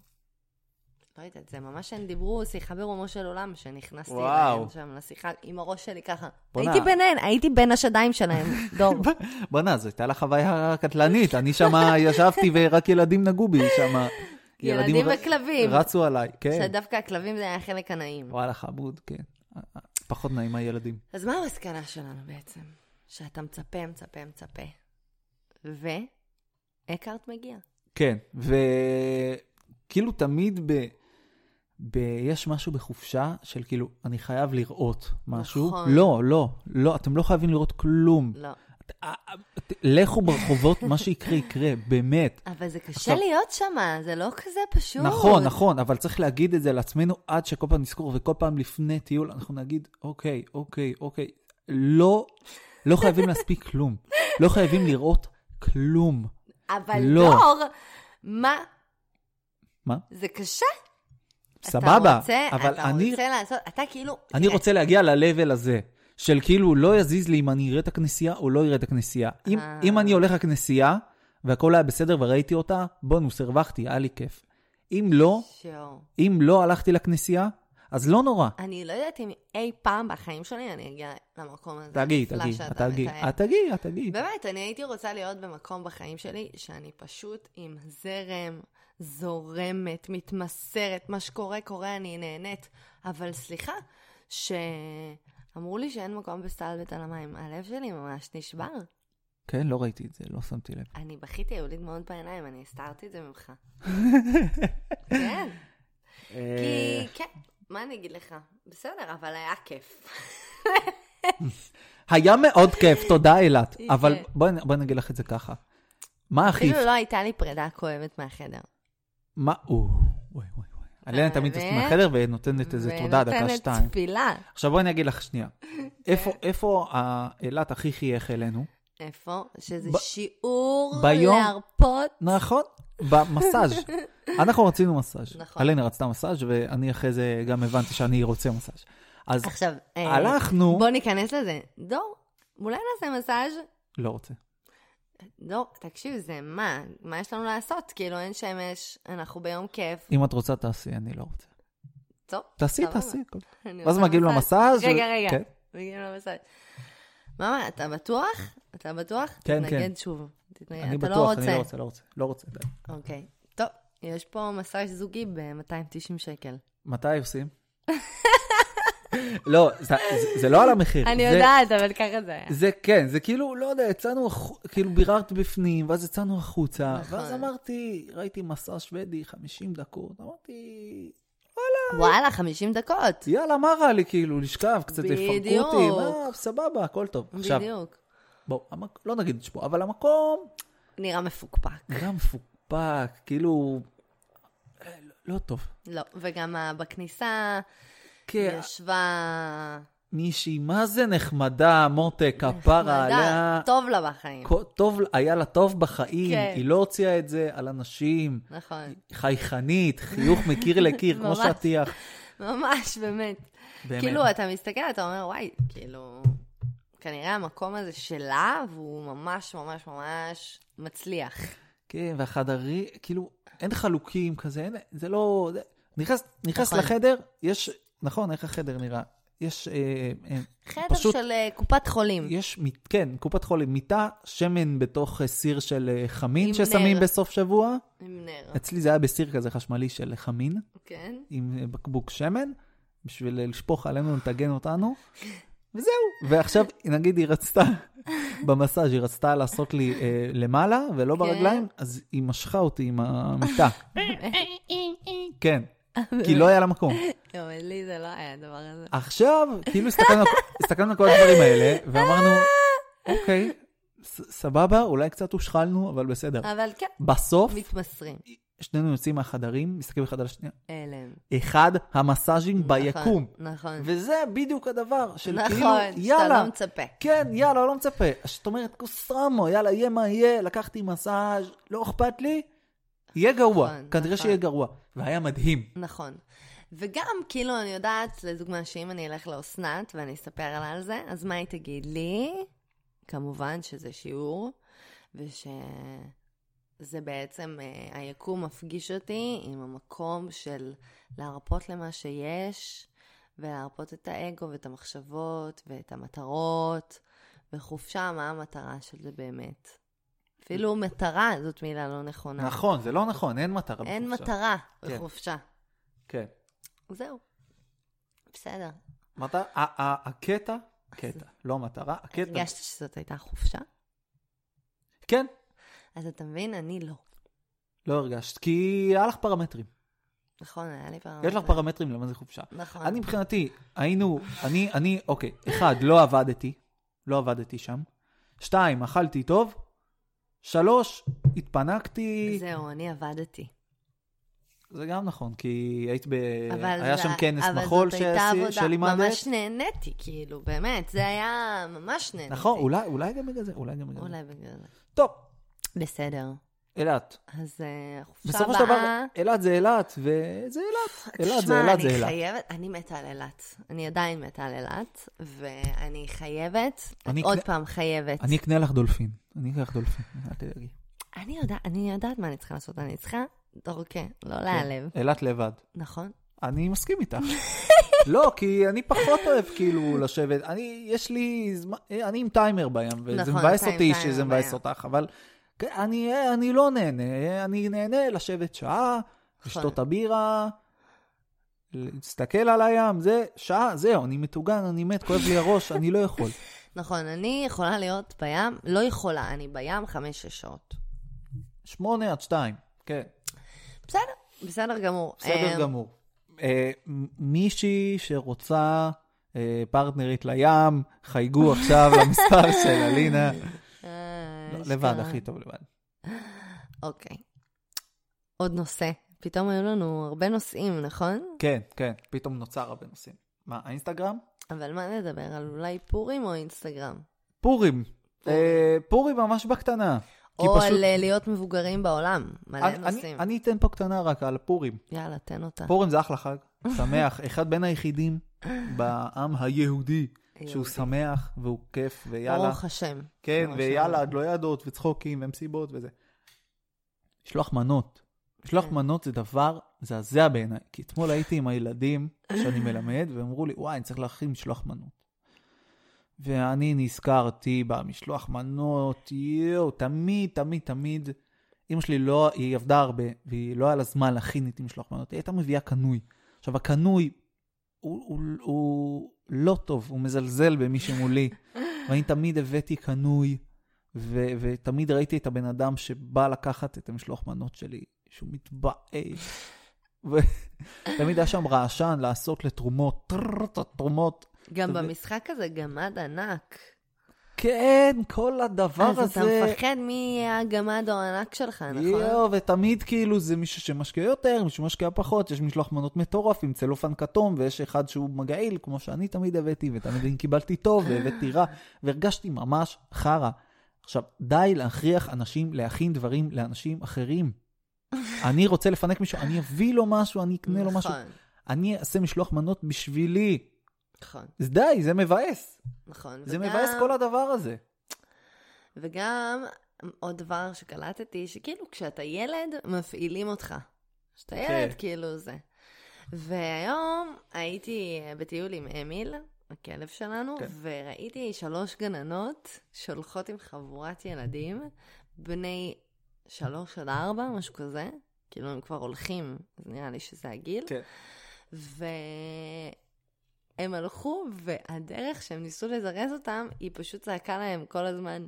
[SPEAKER 2] לא יודעת, זה ממש הם דיברו שיחה ברומו של עולם, שנכנסתי
[SPEAKER 1] וואו.
[SPEAKER 2] אליהם שם לשיחה עם הראש שלי ככה.
[SPEAKER 1] בוא'נה.
[SPEAKER 2] הייתי ביניהן, הייתי בין השדיים שלהם, דור.
[SPEAKER 1] בוא'נה, זו הייתה לך חוויה קטלנית. אני שם ישבתי ורק ילדים נגעו בי שם.
[SPEAKER 2] ילדים וכלבים.
[SPEAKER 1] רצו עליי, כן.
[SPEAKER 2] שדווקא הכלבים זה היה החלק הנעים.
[SPEAKER 1] וואלה, חמוד, כן. פחות נעים מהילדים.
[SPEAKER 2] אז מה המסקנה שלנו בעצם? שאתה מצפה, מצפה, מצפה. ו... אקארט מגיע.
[SPEAKER 1] כן, וכאילו תמיד ב... ב... יש משהו בחופשה של כאילו, אני חייב לראות משהו.
[SPEAKER 2] נכון.
[SPEAKER 1] לא, לא, לא, אתם לא חייבים לראות כלום.
[SPEAKER 2] לא.
[SPEAKER 1] אה, אה, ת- לכו ברחובות, מה שיקרה יקרה, באמת.
[SPEAKER 2] אבל זה קשה
[SPEAKER 1] עכשיו-
[SPEAKER 2] להיות שמה, זה לא כזה פשוט.
[SPEAKER 1] נכון, נכון, אבל צריך להגיד את זה לעצמנו עד שכל פעם נזכור, וכל פעם לפני טיול אנחנו נגיד, אוקיי, אוקיי, אוקיי. לא, לא חייבים להספיק כלום. לא חייבים לראות כלום.
[SPEAKER 2] אבל
[SPEAKER 1] לא.
[SPEAKER 2] דור, מה?
[SPEAKER 1] מה?
[SPEAKER 2] זה קשה. אתה
[SPEAKER 1] סבבה,
[SPEAKER 2] רוצה,
[SPEAKER 1] אבל
[SPEAKER 2] אתה
[SPEAKER 1] אני
[SPEAKER 2] רוצה לעשות, אתה כאילו...
[SPEAKER 1] אני רוצה להגיע ל-level הזה, של כאילו לא יזיז לי אם אני אראה את הכנסייה או לא אראה את הכנסייה. אם,
[SPEAKER 2] אה.
[SPEAKER 1] אם אני הולך לכנסייה, והכל היה בסדר וראיתי אותה, בונוס, הרווחתי, היה לי כיף. אם לא,
[SPEAKER 2] שואו.
[SPEAKER 1] אם לא הלכתי לכנסייה, אז לא נורא.
[SPEAKER 2] אני לא יודעת אם אי פעם בחיים שלי אני אגיע למקום הזה.
[SPEAKER 1] תגיד,
[SPEAKER 2] הנפלא
[SPEAKER 1] תגיד,
[SPEAKER 2] שאתה
[SPEAKER 1] תגיד,
[SPEAKER 2] מתאר.
[SPEAKER 1] את תגיד, את תגיד.
[SPEAKER 2] באמת, אני הייתי רוצה להיות במקום בחיים שלי שאני פשוט עם זרם, זורמת, מתמסרת, מה שקורה קורה, אני נהנית. אבל סליחה, שאמרו לי שאין מקום בסלבט על המים, הלב שלי ממש נשבר.
[SPEAKER 1] כן, לא ראיתי את זה, לא שמתי לב.
[SPEAKER 2] אני בכיתי, היו לי דמעות בעיניים, אני הסתרתי את זה ממך. כן. כי, כן, מה אני אגיד לך? בסדר, אבל היה כיף.
[SPEAKER 1] היה מאוד כיף, תודה אילת.
[SPEAKER 2] כן.
[SPEAKER 1] אבל בואי בואי אני אגיד לך את זה ככה. מה הכי...
[SPEAKER 2] אפילו לא הייתה לי פרידה כואבת מהחדר.
[SPEAKER 1] מה... או, וואי וואי וואי. אלנה תמיד יוצאת
[SPEAKER 2] באמת?
[SPEAKER 1] מהחדר ונותנת איזה תודה, דקה שתיים.
[SPEAKER 2] ונותנת תפילה.
[SPEAKER 1] עכשיו בואי אני אגיד לך שנייה. איפה- איפה ה- אילת הכי חייך אלינו?
[SPEAKER 2] איפה? שזה
[SPEAKER 1] ב-
[SPEAKER 2] שיעור
[SPEAKER 1] ביום-
[SPEAKER 2] להרפות.
[SPEAKER 1] נכון, במסאז'. אנחנו רצינו מסאז'.
[SPEAKER 2] נכון.
[SPEAKER 1] אלנה רצתה מסאז' ואני אחרי זה גם הבנתי שאני רוצה מסאז'. אז
[SPEAKER 2] עכשיו, אה,
[SPEAKER 1] הלכנו...
[SPEAKER 2] בוא ניכנס לזה. דור, אולי נעשה מסאז'?
[SPEAKER 1] לא רוצה.
[SPEAKER 2] דור, תקשיב, זה מה? מה יש לנו לעשות? כאילו, אין שמש, אנחנו ביום כיף.
[SPEAKER 1] אם את רוצה תעשי, אני לא רוצה.
[SPEAKER 2] טוב,
[SPEAKER 1] תעשי,
[SPEAKER 2] סבבה.
[SPEAKER 1] תעשי. הכל.
[SPEAKER 2] אני
[SPEAKER 1] ואז
[SPEAKER 2] עושה
[SPEAKER 1] מגיעים למסאז'
[SPEAKER 2] רגע,
[SPEAKER 1] ו-
[SPEAKER 2] רגע.
[SPEAKER 1] כן.
[SPEAKER 2] מגיעים למסאז'. מה, אתה בטוח? אתה בטוח?
[SPEAKER 1] כן,
[SPEAKER 2] תתנגד שוב. תתנגד.
[SPEAKER 1] אני
[SPEAKER 2] אתה לא
[SPEAKER 1] בטוח, אני
[SPEAKER 2] רוצה.
[SPEAKER 1] לא רוצה, לא רוצה. לא רוצה, די.
[SPEAKER 2] אוקיי. טוב, יש פה מסאז' זוגי ב-290 שקל.
[SPEAKER 1] מתי עושים? לא, זה- זה- זה לא על המחיר.
[SPEAKER 2] אני
[SPEAKER 1] זה-
[SPEAKER 2] יודעת, אבל ככה זה היה.
[SPEAKER 1] זה כן, זה כאילו, לא יודע, יצאנו, החו- כאילו ביררת בפנים, ואז יצאנו החוצה,
[SPEAKER 2] נכון.
[SPEAKER 1] ואז אמרתי, ראיתי מסע שוודי, 50 דקות, אמרתי,
[SPEAKER 2] וואלה, 50 דקות.
[SPEAKER 1] יאללה, מה רע לי, כאילו, לשכב, קצת יפרקו
[SPEAKER 2] בדיוק.
[SPEAKER 1] אותי, מה, סבבה, הכל טוב. עכשיו,
[SPEAKER 2] בדיוק.
[SPEAKER 1] בואו, המק- לא נגיד שפה, אבל המקום
[SPEAKER 2] נראה מפוקפק.
[SPEAKER 1] נראה מפוקפק, כאילו, אה, לא טוב.
[SPEAKER 2] לא, וגם ה- בכניסה
[SPEAKER 1] כן,
[SPEAKER 2] ישבה...
[SPEAKER 1] מישהי, מה זה נחמדה, מותק, כפרה עליה.
[SPEAKER 2] נחמדה, טוב לה בחיים.
[SPEAKER 1] כל- טוב, היה לה טוב בחיים,
[SPEAKER 2] כן.
[SPEAKER 1] היא לא הוציאה את זה על אנשים.
[SPEAKER 2] נכון.
[SPEAKER 1] חייכנית, חיוך מקיר לקיר, כמו
[SPEAKER 2] ממש.
[SPEAKER 1] שטיח.
[SPEAKER 2] ממש, באמת.
[SPEAKER 1] באמת.
[SPEAKER 2] כאילו, אתה מסתכל, אתה אומר, וואי, כאילו, כנראה המקום הזה שלה, והוא ממש ממש ממש מצליח.
[SPEAKER 1] כן, והחדרים, כאילו, אין חלוקים כזה, אין, זה לא... זה- נכנס, נכנס
[SPEAKER 2] נכון.
[SPEAKER 1] לחדר, יש... נכון, איך החדר נראה? יש... אה, אה,
[SPEAKER 2] חדר
[SPEAKER 1] פשוט-
[SPEAKER 2] של אה, קופת חולים.
[SPEAKER 1] יש, מית- כן, קופת חולים, מיטה, שמן בתוך אה, סיר של אה, חמין
[SPEAKER 2] עם
[SPEAKER 1] ששמים
[SPEAKER 2] נר.
[SPEAKER 1] בסוף שבוע.
[SPEAKER 2] עם נר.
[SPEAKER 1] אצלי זה היה בסיר כזה חשמלי של אה, חמין,
[SPEAKER 2] כן?
[SPEAKER 1] עם אה, בקבוק שמן, בשביל אה, לשפוך עלינו, לטגן אותנו. וזהו. ועכשיו, נגיד היא רצתה, במסאז' היא רצתה לעשות לי אה, למעלה, ולא
[SPEAKER 2] כן.
[SPEAKER 1] ברגליים, אז היא משכה אותי עם המיטה. כן, כי לא היה לה מקום.
[SPEAKER 2] גם לי זה לא היה הדבר הזה.
[SPEAKER 1] עכשיו, כאילו הסתכלנו, הסתכלנו על כל הדברים האלה, ואמרנו, אוקיי, ס- סבבה, אולי קצת הושחלנו, אבל בסדר.
[SPEAKER 2] אבל כן,
[SPEAKER 1] בסוף,
[SPEAKER 2] מתמסרים.
[SPEAKER 1] שנינו יוצאים מהחדרים, מסתכלים אחד על השנייה,
[SPEAKER 2] הלם.
[SPEAKER 1] אחד המסאז'ים ביקום.
[SPEAKER 2] נכון.
[SPEAKER 1] וזה בדיוק הדבר של כאילו,
[SPEAKER 2] נכון, שאתה
[SPEAKER 1] יאללה,
[SPEAKER 2] לא מצפה.
[SPEAKER 1] כן, יאללה, לא מצפה. זאת אומרת, כוס רמו, יאללה, יהיה מה יהיה, לקחתי מסאז', לא אכפת לי, יהיה גרוע.
[SPEAKER 2] נכון,
[SPEAKER 1] כנראה
[SPEAKER 2] נכון.
[SPEAKER 1] שיהיה גרוע. והיה מדהים.
[SPEAKER 2] נכון. וגם, כאילו, אני יודעת, לדוגמה, שאם אני אלך לאסנת ואני אספר לה על זה, אז מה היא תגיד לי? כמובן שזה שיעור, ושזה בעצם, אה, היקום מפגיש אותי עם המקום של להרפות למה שיש, ולהרפות את האגו ואת המחשבות ואת המטרות, וחופשה, מה המטרה של זה באמת. אפילו מטרה זאת מילה לא נכונה.
[SPEAKER 1] נכון, זה לא נכון, אין מטרה.
[SPEAKER 2] אין
[SPEAKER 1] בחופשה.
[SPEAKER 2] מטרה
[SPEAKER 1] כן.
[SPEAKER 2] בחופשה.
[SPEAKER 1] כן.
[SPEAKER 2] זהו. בסדר.
[SPEAKER 1] מטרה, ה- ה- הקטע, קטע, לא מטרה, הקטע.
[SPEAKER 2] הרגשת שזאת הייתה חופשה?
[SPEAKER 1] כן,
[SPEAKER 2] אז אתה מבין, אני לא.
[SPEAKER 1] לא הרגשת, כי היה לך פרמטרים.
[SPEAKER 2] נכון, היה לי פרמטר.
[SPEAKER 1] יש לך פרמטרים למה זה חופשה.
[SPEAKER 2] נכון.
[SPEAKER 1] אני מבחינתי, היינו, אני, אני, אוקיי, אחד, לא עבדתי, לא עבדתי שם. שתיים, אכלתי טוב. שלוש, התפנקתי.
[SPEAKER 2] זהו, אני עבדתי.
[SPEAKER 1] זה גם נכון, כי היית ב...
[SPEAKER 2] אבל
[SPEAKER 1] אה, היה
[SPEAKER 2] זה-
[SPEAKER 1] שם כנס
[SPEAKER 2] אבל
[SPEAKER 1] מחול
[SPEAKER 2] זאת הייתה
[SPEAKER 1] שעשי-
[SPEAKER 2] עבודה.
[SPEAKER 1] שלימדת.
[SPEAKER 2] ממש נהניתי, כאילו, באמת. זה היה ממש נהניתי.
[SPEAKER 1] נכון, אולי- אולי גם בגלל זה, אולי גם בגלל זה.
[SPEAKER 2] אולי בגלל זה.
[SPEAKER 1] טוב,
[SPEAKER 2] בסדר.
[SPEAKER 1] אילת.
[SPEAKER 2] אז אה, החופשה הבאה...
[SPEAKER 1] בסופו של דבר, אילת זה אילת, וזה אילת. אילת זה
[SPEAKER 2] תשמע,
[SPEAKER 1] אילת זה
[SPEAKER 2] אני
[SPEAKER 1] אילת.
[SPEAKER 2] חייבת, אני מתה על אילת. אני עדיין מתה על אילת, ואני חייבת,
[SPEAKER 1] אני
[SPEAKER 2] עוד
[SPEAKER 1] אקנה-
[SPEAKER 2] פעם חייבת.
[SPEAKER 1] אני אקנה לך דולפין. אני אקנה לך דולפין, אל תדאגי.
[SPEAKER 2] אני יודעת, אני יודעת מה אני צריכה לעשות, אני צריכה, דורקה, לא
[SPEAKER 1] כן.
[SPEAKER 2] להיעלב,
[SPEAKER 1] אילת לבד.
[SPEAKER 2] נכון?
[SPEAKER 1] אני מסכים איתך. לא, כי אני פחות אוהב כאילו לשבת. אני, יש לי זמן, אני עם טיימר בים, וזה
[SPEAKER 2] נכון,
[SPEAKER 1] מבאס
[SPEAKER 2] אתה עם
[SPEAKER 1] אותי
[SPEAKER 2] טיימר
[SPEAKER 1] שזה מבאס
[SPEAKER 2] בים.
[SPEAKER 1] אותך, אבל כן, אני אני לא נהנה. אני נהנה לשבת שעה,
[SPEAKER 2] נכון.
[SPEAKER 1] לשתות את הבירה, להסתכל על הים, זה, שעה, זהו, אני מטוגן, אני מת, כואב לי הראש, אני לא יכול.
[SPEAKER 2] נכון, אני יכולה להיות בים, לא יכולה, אני בים חמש-שש שעות.
[SPEAKER 1] שמונה עד שתיים, כן,
[SPEAKER 2] בסדר, בסדר גמור.
[SPEAKER 1] בסדר
[SPEAKER 2] אמ,
[SPEAKER 1] גמור. אה, מ- מישהי שרוצה אה, פרטנרית לים, חייגו עכשיו למספר של אלינה.
[SPEAKER 2] אה,
[SPEAKER 1] לא,
[SPEAKER 2] אשכרה.
[SPEAKER 1] לבד, הכי טוב לבד.
[SPEAKER 2] אוקיי. עוד נושא. פתאום היו לנו הרבה נושאים, נכון?
[SPEAKER 1] כן, כן, פתאום נוצר הרבה נושאים. מה, האינסטגרם?
[SPEAKER 2] אבל מה נדבר? על אולי פורים או אינסטגרם?
[SPEAKER 1] פורים. אה, פורים ממש בקטנה. כי
[SPEAKER 2] או
[SPEAKER 1] פשוט-
[SPEAKER 2] על אה, להיות מבוגרים בעולם. מלא
[SPEAKER 1] אני- אני-
[SPEAKER 2] נושאים. אה.
[SPEAKER 1] אני אתן פה קטנה רק על פורים.
[SPEAKER 2] יאללה, תן אותה.
[SPEAKER 1] פורים זה אחלה חג, שמח, אחד בין היחידים בעם היהודי שהוא
[SPEAKER 2] יהודי.
[SPEAKER 1] שמח והוא כיף, ויאללה,
[SPEAKER 2] ברוך השם.
[SPEAKER 1] כן,
[SPEAKER 2] ממש
[SPEAKER 1] ויאללה,
[SPEAKER 2] שמח.
[SPEAKER 1] גלוידות וצחוקים ומסיבות וזה. לשלוח מנות. לשלוח
[SPEAKER 2] כן.
[SPEAKER 1] מנות זה דבר מזעזע בעיניי, כי אתמול הייתי עם הילדים שאני מלמד, והם אמרו לי, וואי, אני צריך להכין משלוח מנות. ואני נזכרתי במשלוח מנות, יואו, תמיד, תמיד, תמיד. אמא שלי לא, היא עבדה הרבה, והיא לא היה לה זמן להכין איתי משלוח מנות, היא הייתה מביאה קנוי. עכשיו, הקנוי הוא, הוא, הוא לא טוב, הוא מזלזל במי שמולי. ואני תמיד הבאתי קנוי, ו- ותמיד ראיתי את הבן אדם שבא לקחת את המשלוח מנות שלי, שהוא מתבאס. ותמיד היה שם רעשן לעשות לתרומות, טרררט, תרומות.
[SPEAKER 2] גם
[SPEAKER 1] אתה מבין?
[SPEAKER 2] במשחק הזה גמד ענק.
[SPEAKER 1] כן, כל הדבר
[SPEAKER 2] אז אתה
[SPEAKER 1] הזה.
[SPEAKER 2] מפחד מי יהיה הגמד או הענק שלך, נכון?
[SPEAKER 1] יואו, ותמיד כאילו זה מישהו שמשקיע יותר, מישהו שמשקיע פחות, יש משלוח מנות מטורף עם צלופן כתום, ויש אחד שהוא מגעיל, כמו שאני תמיד הבאתי, ותמיד אני קיבלתי טוב, והבאתי רע, והרגשתי ממש חרא. עכשיו, די להכריח אנשים להכין דברים לאנשים אחרים. אני רוצה לפנק מישהו, אני אביא לו משהו, אני אקנה לו משהו,
[SPEAKER 2] נכון,
[SPEAKER 1] אני אעשה משלוח מנות בשבילי.
[SPEAKER 2] נכון,
[SPEAKER 1] אז די, זה מבאס.
[SPEAKER 2] נכון.
[SPEAKER 1] זה
[SPEAKER 2] וגם-
[SPEAKER 1] מבאס כל הדבר הזה.
[SPEAKER 2] וגם עוד דבר שקלטתי, שכאילו כשאתה ילד, מפעילים אותך. כשאתה ילד,
[SPEAKER 1] כן.
[SPEAKER 2] כאילו זה. והיום הייתי בטיול עם אמיל, הכלב שלנו,
[SPEAKER 1] כן.
[SPEAKER 2] וראיתי שלוש גננות שהולכות עם חבורת ילדים, בני שלוש עד ארבע, משהו כזה. כאילו הם כבר הולכים, אז נראה לי שזה הגיל.
[SPEAKER 1] כן.
[SPEAKER 2] והם הלכו, והדרך שהם ניסו לזרז אותם, היא פשוט צעקה להם כל הזמן,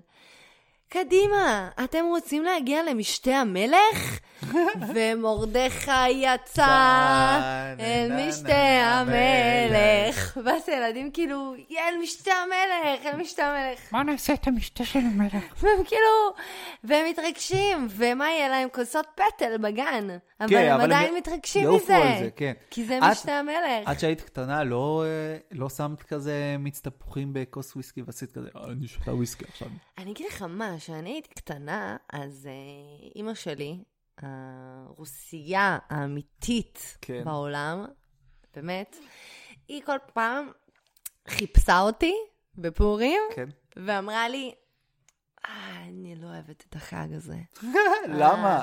[SPEAKER 2] קדימה, אתם רוצים להגיע למשתה המלך? ומרדכי יצא אל משתה המלך. ואז הילדים כאילו, אל משתה המלך, אל משתה המלך.
[SPEAKER 3] מה נעשה את המשתה של המלך?
[SPEAKER 2] והם כאילו, והם מתרגשים, ומה יהיה להם? כוסות פטל בגן. אבל
[SPEAKER 1] כן,
[SPEAKER 2] הם
[SPEAKER 1] אבל הם
[SPEAKER 2] עדיין מתרגשים
[SPEAKER 1] יעופו
[SPEAKER 2] מזה.
[SPEAKER 1] על זה, כן.
[SPEAKER 2] כי זה
[SPEAKER 1] את-
[SPEAKER 2] משתה המלך.
[SPEAKER 1] עד שהיית קטנה, לא, אה, לא שמת כזה מיץ תפוחים בכוס וויסקי ועשית כזה, "אה, אני שותה וויסקי עכשיו.
[SPEAKER 2] אני אגיד לך מה, כשאני הייתי קטנה, אז אה, אימא שלי, הרוסייה האמיתית
[SPEAKER 1] כן.
[SPEAKER 2] בעולם, באמת, היא כל פעם חיפשה אותי בפורים,
[SPEAKER 1] כן.
[SPEAKER 2] ואמרה לי, "אה, אני לא אוהבת את החג הזה.
[SPEAKER 1] אה, למה?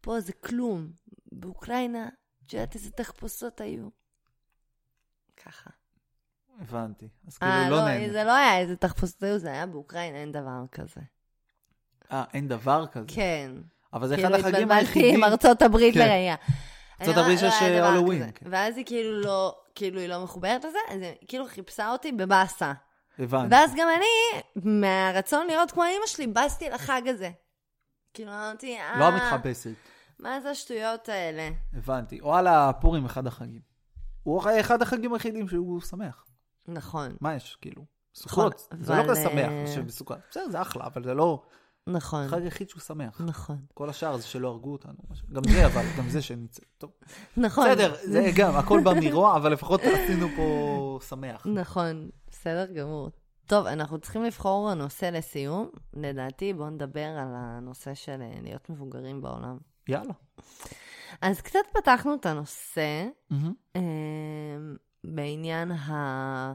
[SPEAKER 2] פה זה כלום. באוקראינה, את יודעת איזה תחפושות היו. ככה.
[SPEAKER 1] הבנתי. אז כאילו
[SPEAKER 2] אה,
[SPEAKER 1] לא
[SPEAKER 2] לא,
[SPEAKER 1] נהנה.
[SPEAKER 2] זה לא היה איזה תחפושות היו, זה היה באוקראינה, אין דבר כזה.
[SPEAKER 1] אה, אין דבר כזה.
[SPEAKER 2] כן.
[SPEAKER 1] אבל זה אחד
[SPEAKER 2] כאילו
[SPEAKER 1] החגים
[SPEAKER 2] התבלבלתי
[SPEAKER 1] היחידים.
[SPEAKER 2] עם ארצות הברית
[SPEAKER 1] כן.
[SPEAKER 2] לראייה.
[SPEAKER 1] ארצות
[SPEAKER 2] אני
[SPEAKER 1] הברית
[SPEAKER 2] לא- לא
[SPEAKER 1] יש,
[SPEAKER 2] היה
[SPEAKER 1] אה,
[SPEAKER 2] דבר
[SPEAKER 1] הלואוין,
[SPEAKER 2] כזה.
[SPEAKER 1] כן.
[SPEAKER 2] ואז היא כאילו לא, כאילו היא לא מחוברת לזה, אז היא כאילו חיפשה אותי בבאסה.
[SPEAKER 1] הבנתי.
[SPEAKER 2] ואז גם אני, מהרצון להיות כמו אמא שלי, באסתי לחג הזה. כאילו אמרתי,
[SPEAKER 1] לא
[SPEAKER 2] אה,
[SPEAKER 1] המתחפשת.
[SPEAKER 2] מה זה השטויות האלה?
[SPEAKER 1] הבנתי. וואלה, פורים אחד החגים. הוא אח- אחד החגים היחידים שהוא שמח.
[SPEAKER 2] נכון,
[SPEAKER 1] מה יש, כאילו? סוכות.
[SPEAKER 2] נכון,
[SPEAKER 1] זה לא
[SPEAKER 2] אבל,
[SPEAKER 1] כזה שמח
[SPEAKER 2] אה,
[SPEAKER 1] שבסוכות. בסדר, זה אחלה, אבל זה לא...
[SPEAKER 2] נכון,
[SPEAKER 1] החג היחיד שהוא שמח.
[SPEAKER 2] נכון.
[SPEAKER 1] כל השאר זה שלא הרגו אותנו. משהו. גם זה, אבל, גם זה שנצא. טוב.
[SPEAKER 2] נכון.
[SPEAKER 1] בסדר, זה גם, הכל בא מרוע, אבל לפחות עשינו פה שמח.
[SPEAKER 2] נכון, בסדר גמור. טוב, אנחנו צריכים לבחור נושא לסיום. לדעתי, בואו נדבר על הנושא של אה, להיות מבוגרים בעולם.
[SPEAKER 1] יאללה.
[SPEAKER 2] אז קצת פתחנו את הנושא
[SPEAKER 1] מהמם.
[SPEAKER 2] אה, בעניין ה...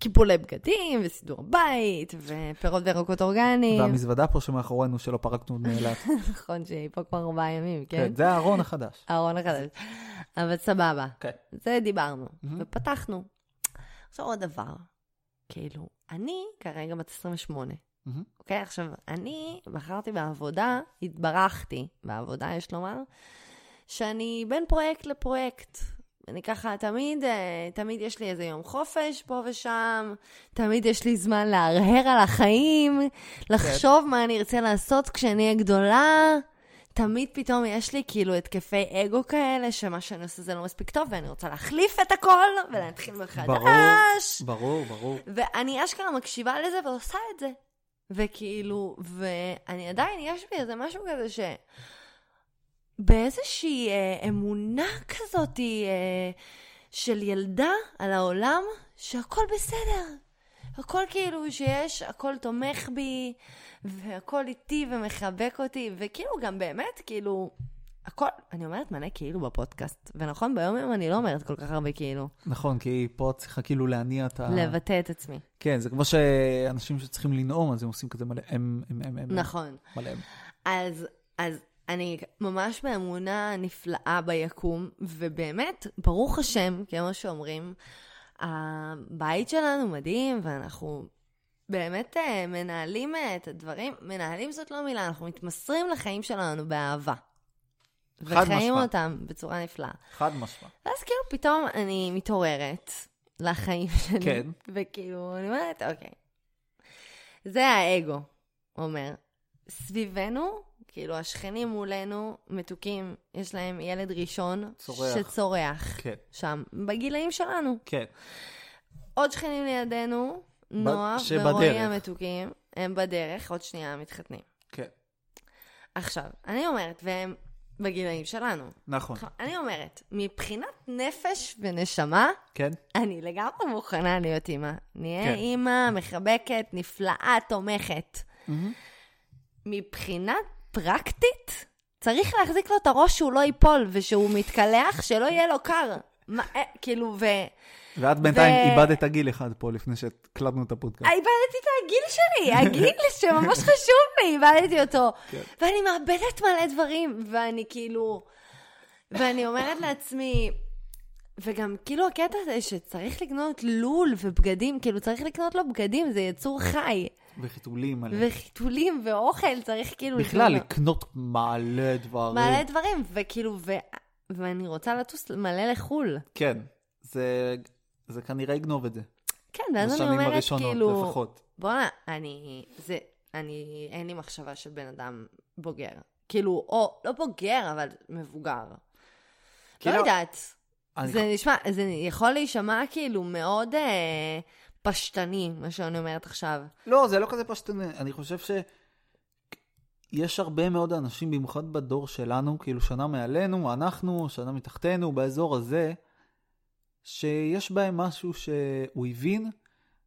[SPEAKER 2] קיפולי בגדים, וסידור בית, ופירות וירקות אורגניים.
[SPEAKER 1] והמזוודה פה שמאחורינו שלא פרקנו מאילת.
[SPEAKER 2] נכון שהיא פה כבר ארבעה ימים, כן?
[SPEAKER 1] כן, זה הארון החדש.
[SPEAKER 2] אהרון החדש. אבל סבבה.
[SPEAKER 1] כן.
[SPEAKER 2] זה דיברנו,
[SPEAKER 1] מהמם.
[SPEAKER 2] ופתחנו. עכשיו עוד דבר, כאילו, אני כרגע בת 28,
[SPEAKER 1] מהמם.
[SPEAKER 2] אוקיי? עכשיו, אני בחרתי בעבודה, התברכתי בעבודה, יש לומר, שאני בין פרויקט לפרויקט. אני ככה תמיד, אה, תמיד יש לי איזה יום חופש פה ושם, תמיד יש לי זמן להרהר על החיים, לחשוב מה אני ארצה לעשות כשאני אהיה גדולה, תמיד פתאום יש לי כאילו התקפי אגו כאלה, שמה שאני עושה זה לא מספיק טוב, ואני רוצה להחליף את הכל, ולהתחיל מחדש.
[SPEAKER 1] ברור, ברור, ברור.
[SPEAKER 2] ואני אשכרה מקשיבה לזה ועושה את זה. וכאילו, ואני עדיין, יש בי איזה משהו כזה ש... באיזושהי אה, אמונה כזאת אה, של ילדה על העולם, שהכל בסדר. הכל כאילו שיש, הכל תומך בי, והכל איתי ומחבק אותי, וכאילו גם באמת, כאילו, הכל, אני אומרת מלא כאילו בפודקאסט, ונכון, ביום יום אני לא אומרת כל כך הרבה כאילו,
[SPEAKER 1] נכון, כי פה את צריכה כאילו להניע את ה...
[SPEAKER 2] לבטא את עצמי.
[SPEAKER 1] כן, זה כמו שאנשים שצריכים לנאום, אז הם עושים כזה מלא הם, הם, הם, הם.
[SPEAKER 2] נכון.
[SPEAKER 1] מלא הם.
[SPEAKER 2] אז, אז אני ממש באמונה נפלאה ביקום, ובאמת, ברוך השם, כמו שאומרים, הבית שלנו מדהים, ואנחנו באמת אה, מנהלים אה, את הדברים, מנהלים זאת לא מילה, אנחנו מתמסרים לחיים שלנו באהבה. וחיים
[SPEAKER 1] משמעית.
[SPEAKER 2] אותם בצורה נפלאה.
[SPEAKER 1] חד משמע.
[SPEAKER 2] ואז כאילו פתאום אני מתעוררת לחיים שלי.
[SPEAKER 1] כן.
[SPEAKER 2] וכאילו, אני אומרת, אוקיי. זה האגו, אומר. סביבנו, כאילו, השכנים מולנו מתוקים, יש להם ילד ראשון.
[SPEAKER 1] צורח.
[SPEAKER 2] שצורח.
[SPEAKER 1] כן.
[SPEAKER 2] שם, בגילאים שלנו.
[SPEAKER 1] כן.
[SPEAKER 2] עוד שכנים לידינו, נועה
[SPEAKER 1] שבדרך.
[SPEAKER 2] ורועי המתוקים, הם בדרך, עוד שנייה הם מתחתנים.
[SPEAKER 1] כן.
[SPEAKER 2] עכשיו, אני אומרת, והם בגילאים שלנו.
[SPEAKER 1] נכון.
[SPEAKER 2] עכשיו, אני אומרת, מבחינת נפש ונשמה,
[SPEAKER 1] כן?
[SPEAKER 2] אני לגמרי מוכנה להיות אימא. נהיה
[SPEAKER 1] כן.
[SPEAKER 2] כן. אימא מחבקת, נפלאה, תומכת. מבחינה פרקטית, צריך להחזיק לו את הראש שהוא לא ייפול, ושהוא מתקלח, שלא יהיה לו קר. מה, אה, כאילו, ו...
[SPEAKER 1] ואת בינתיים איבדת גיל אחד פה לפני שהקלטנו את הפודקאסט.
[SPEAKER 2] איבדתי את הגיל שלי, הגיל שממש חשוב לי, איבדתי אותו.
[SPEAKER 1] כן.
[SPEAKER 2] ואני מאבדת מלא דברים, ואני כאילו... ואני אומרת לעצמי... וגם כאילו הקטע הזה שצריך לקנות לול ובגדים, כאילו צריך לקנות לו בגדים, זה יצור חי.
[SPEAKER 1] וחיתולים מלא.
[SPEAKER 2] וחיתולים ואוכל, צריך כאילו...
[SPEAKER 1] Mm. בכלל,
[SPEAKER 2] לקנות לו.
[SPEAKER 1] לקנות מלא דברים.
[SPEAKER 2] מלא דברים, וכאילו, ו... ואני רוצה לטוס מלא לחו"ל.
[SPEAKER 1] כן. זה... זה כנראה יגנוב את זה.
[SPEAKER 2] כן, ואז אני
[SPEAKER 1] בשנים
[SPEAKER 2] אומרת,
[SPEAKER 1] הראשונות
[SPEAKER 2] כאילו...
[SPEAKER 1] לפחות.
[SPEAKER 2] בואנה, אני... זה... אני... אין לי מחשבה של בן אדם בוגר. כאילו, או לא בוגר, אבל מבוגר.
[SPEAKER 1] כאילו-
[SPEAKER 2] לא יודעת.
[SPEAKER 1] אני-
[SPEAKER 2] זה נשמע, זה יכול להישמע כאילו מאוד אה, פשטני, מה שאני אומרת עכשיו.
[SPEAKER 1] לא, זה לא כזה פשטני. אני חושב ש... יש הרבה מאוד אנשים, במיוחד בדור שלנו, כאילו שנה מעלינו, אנחנו, שנה מתחתנו, באזור הזה, שיש בהם משהו שהוא הבין,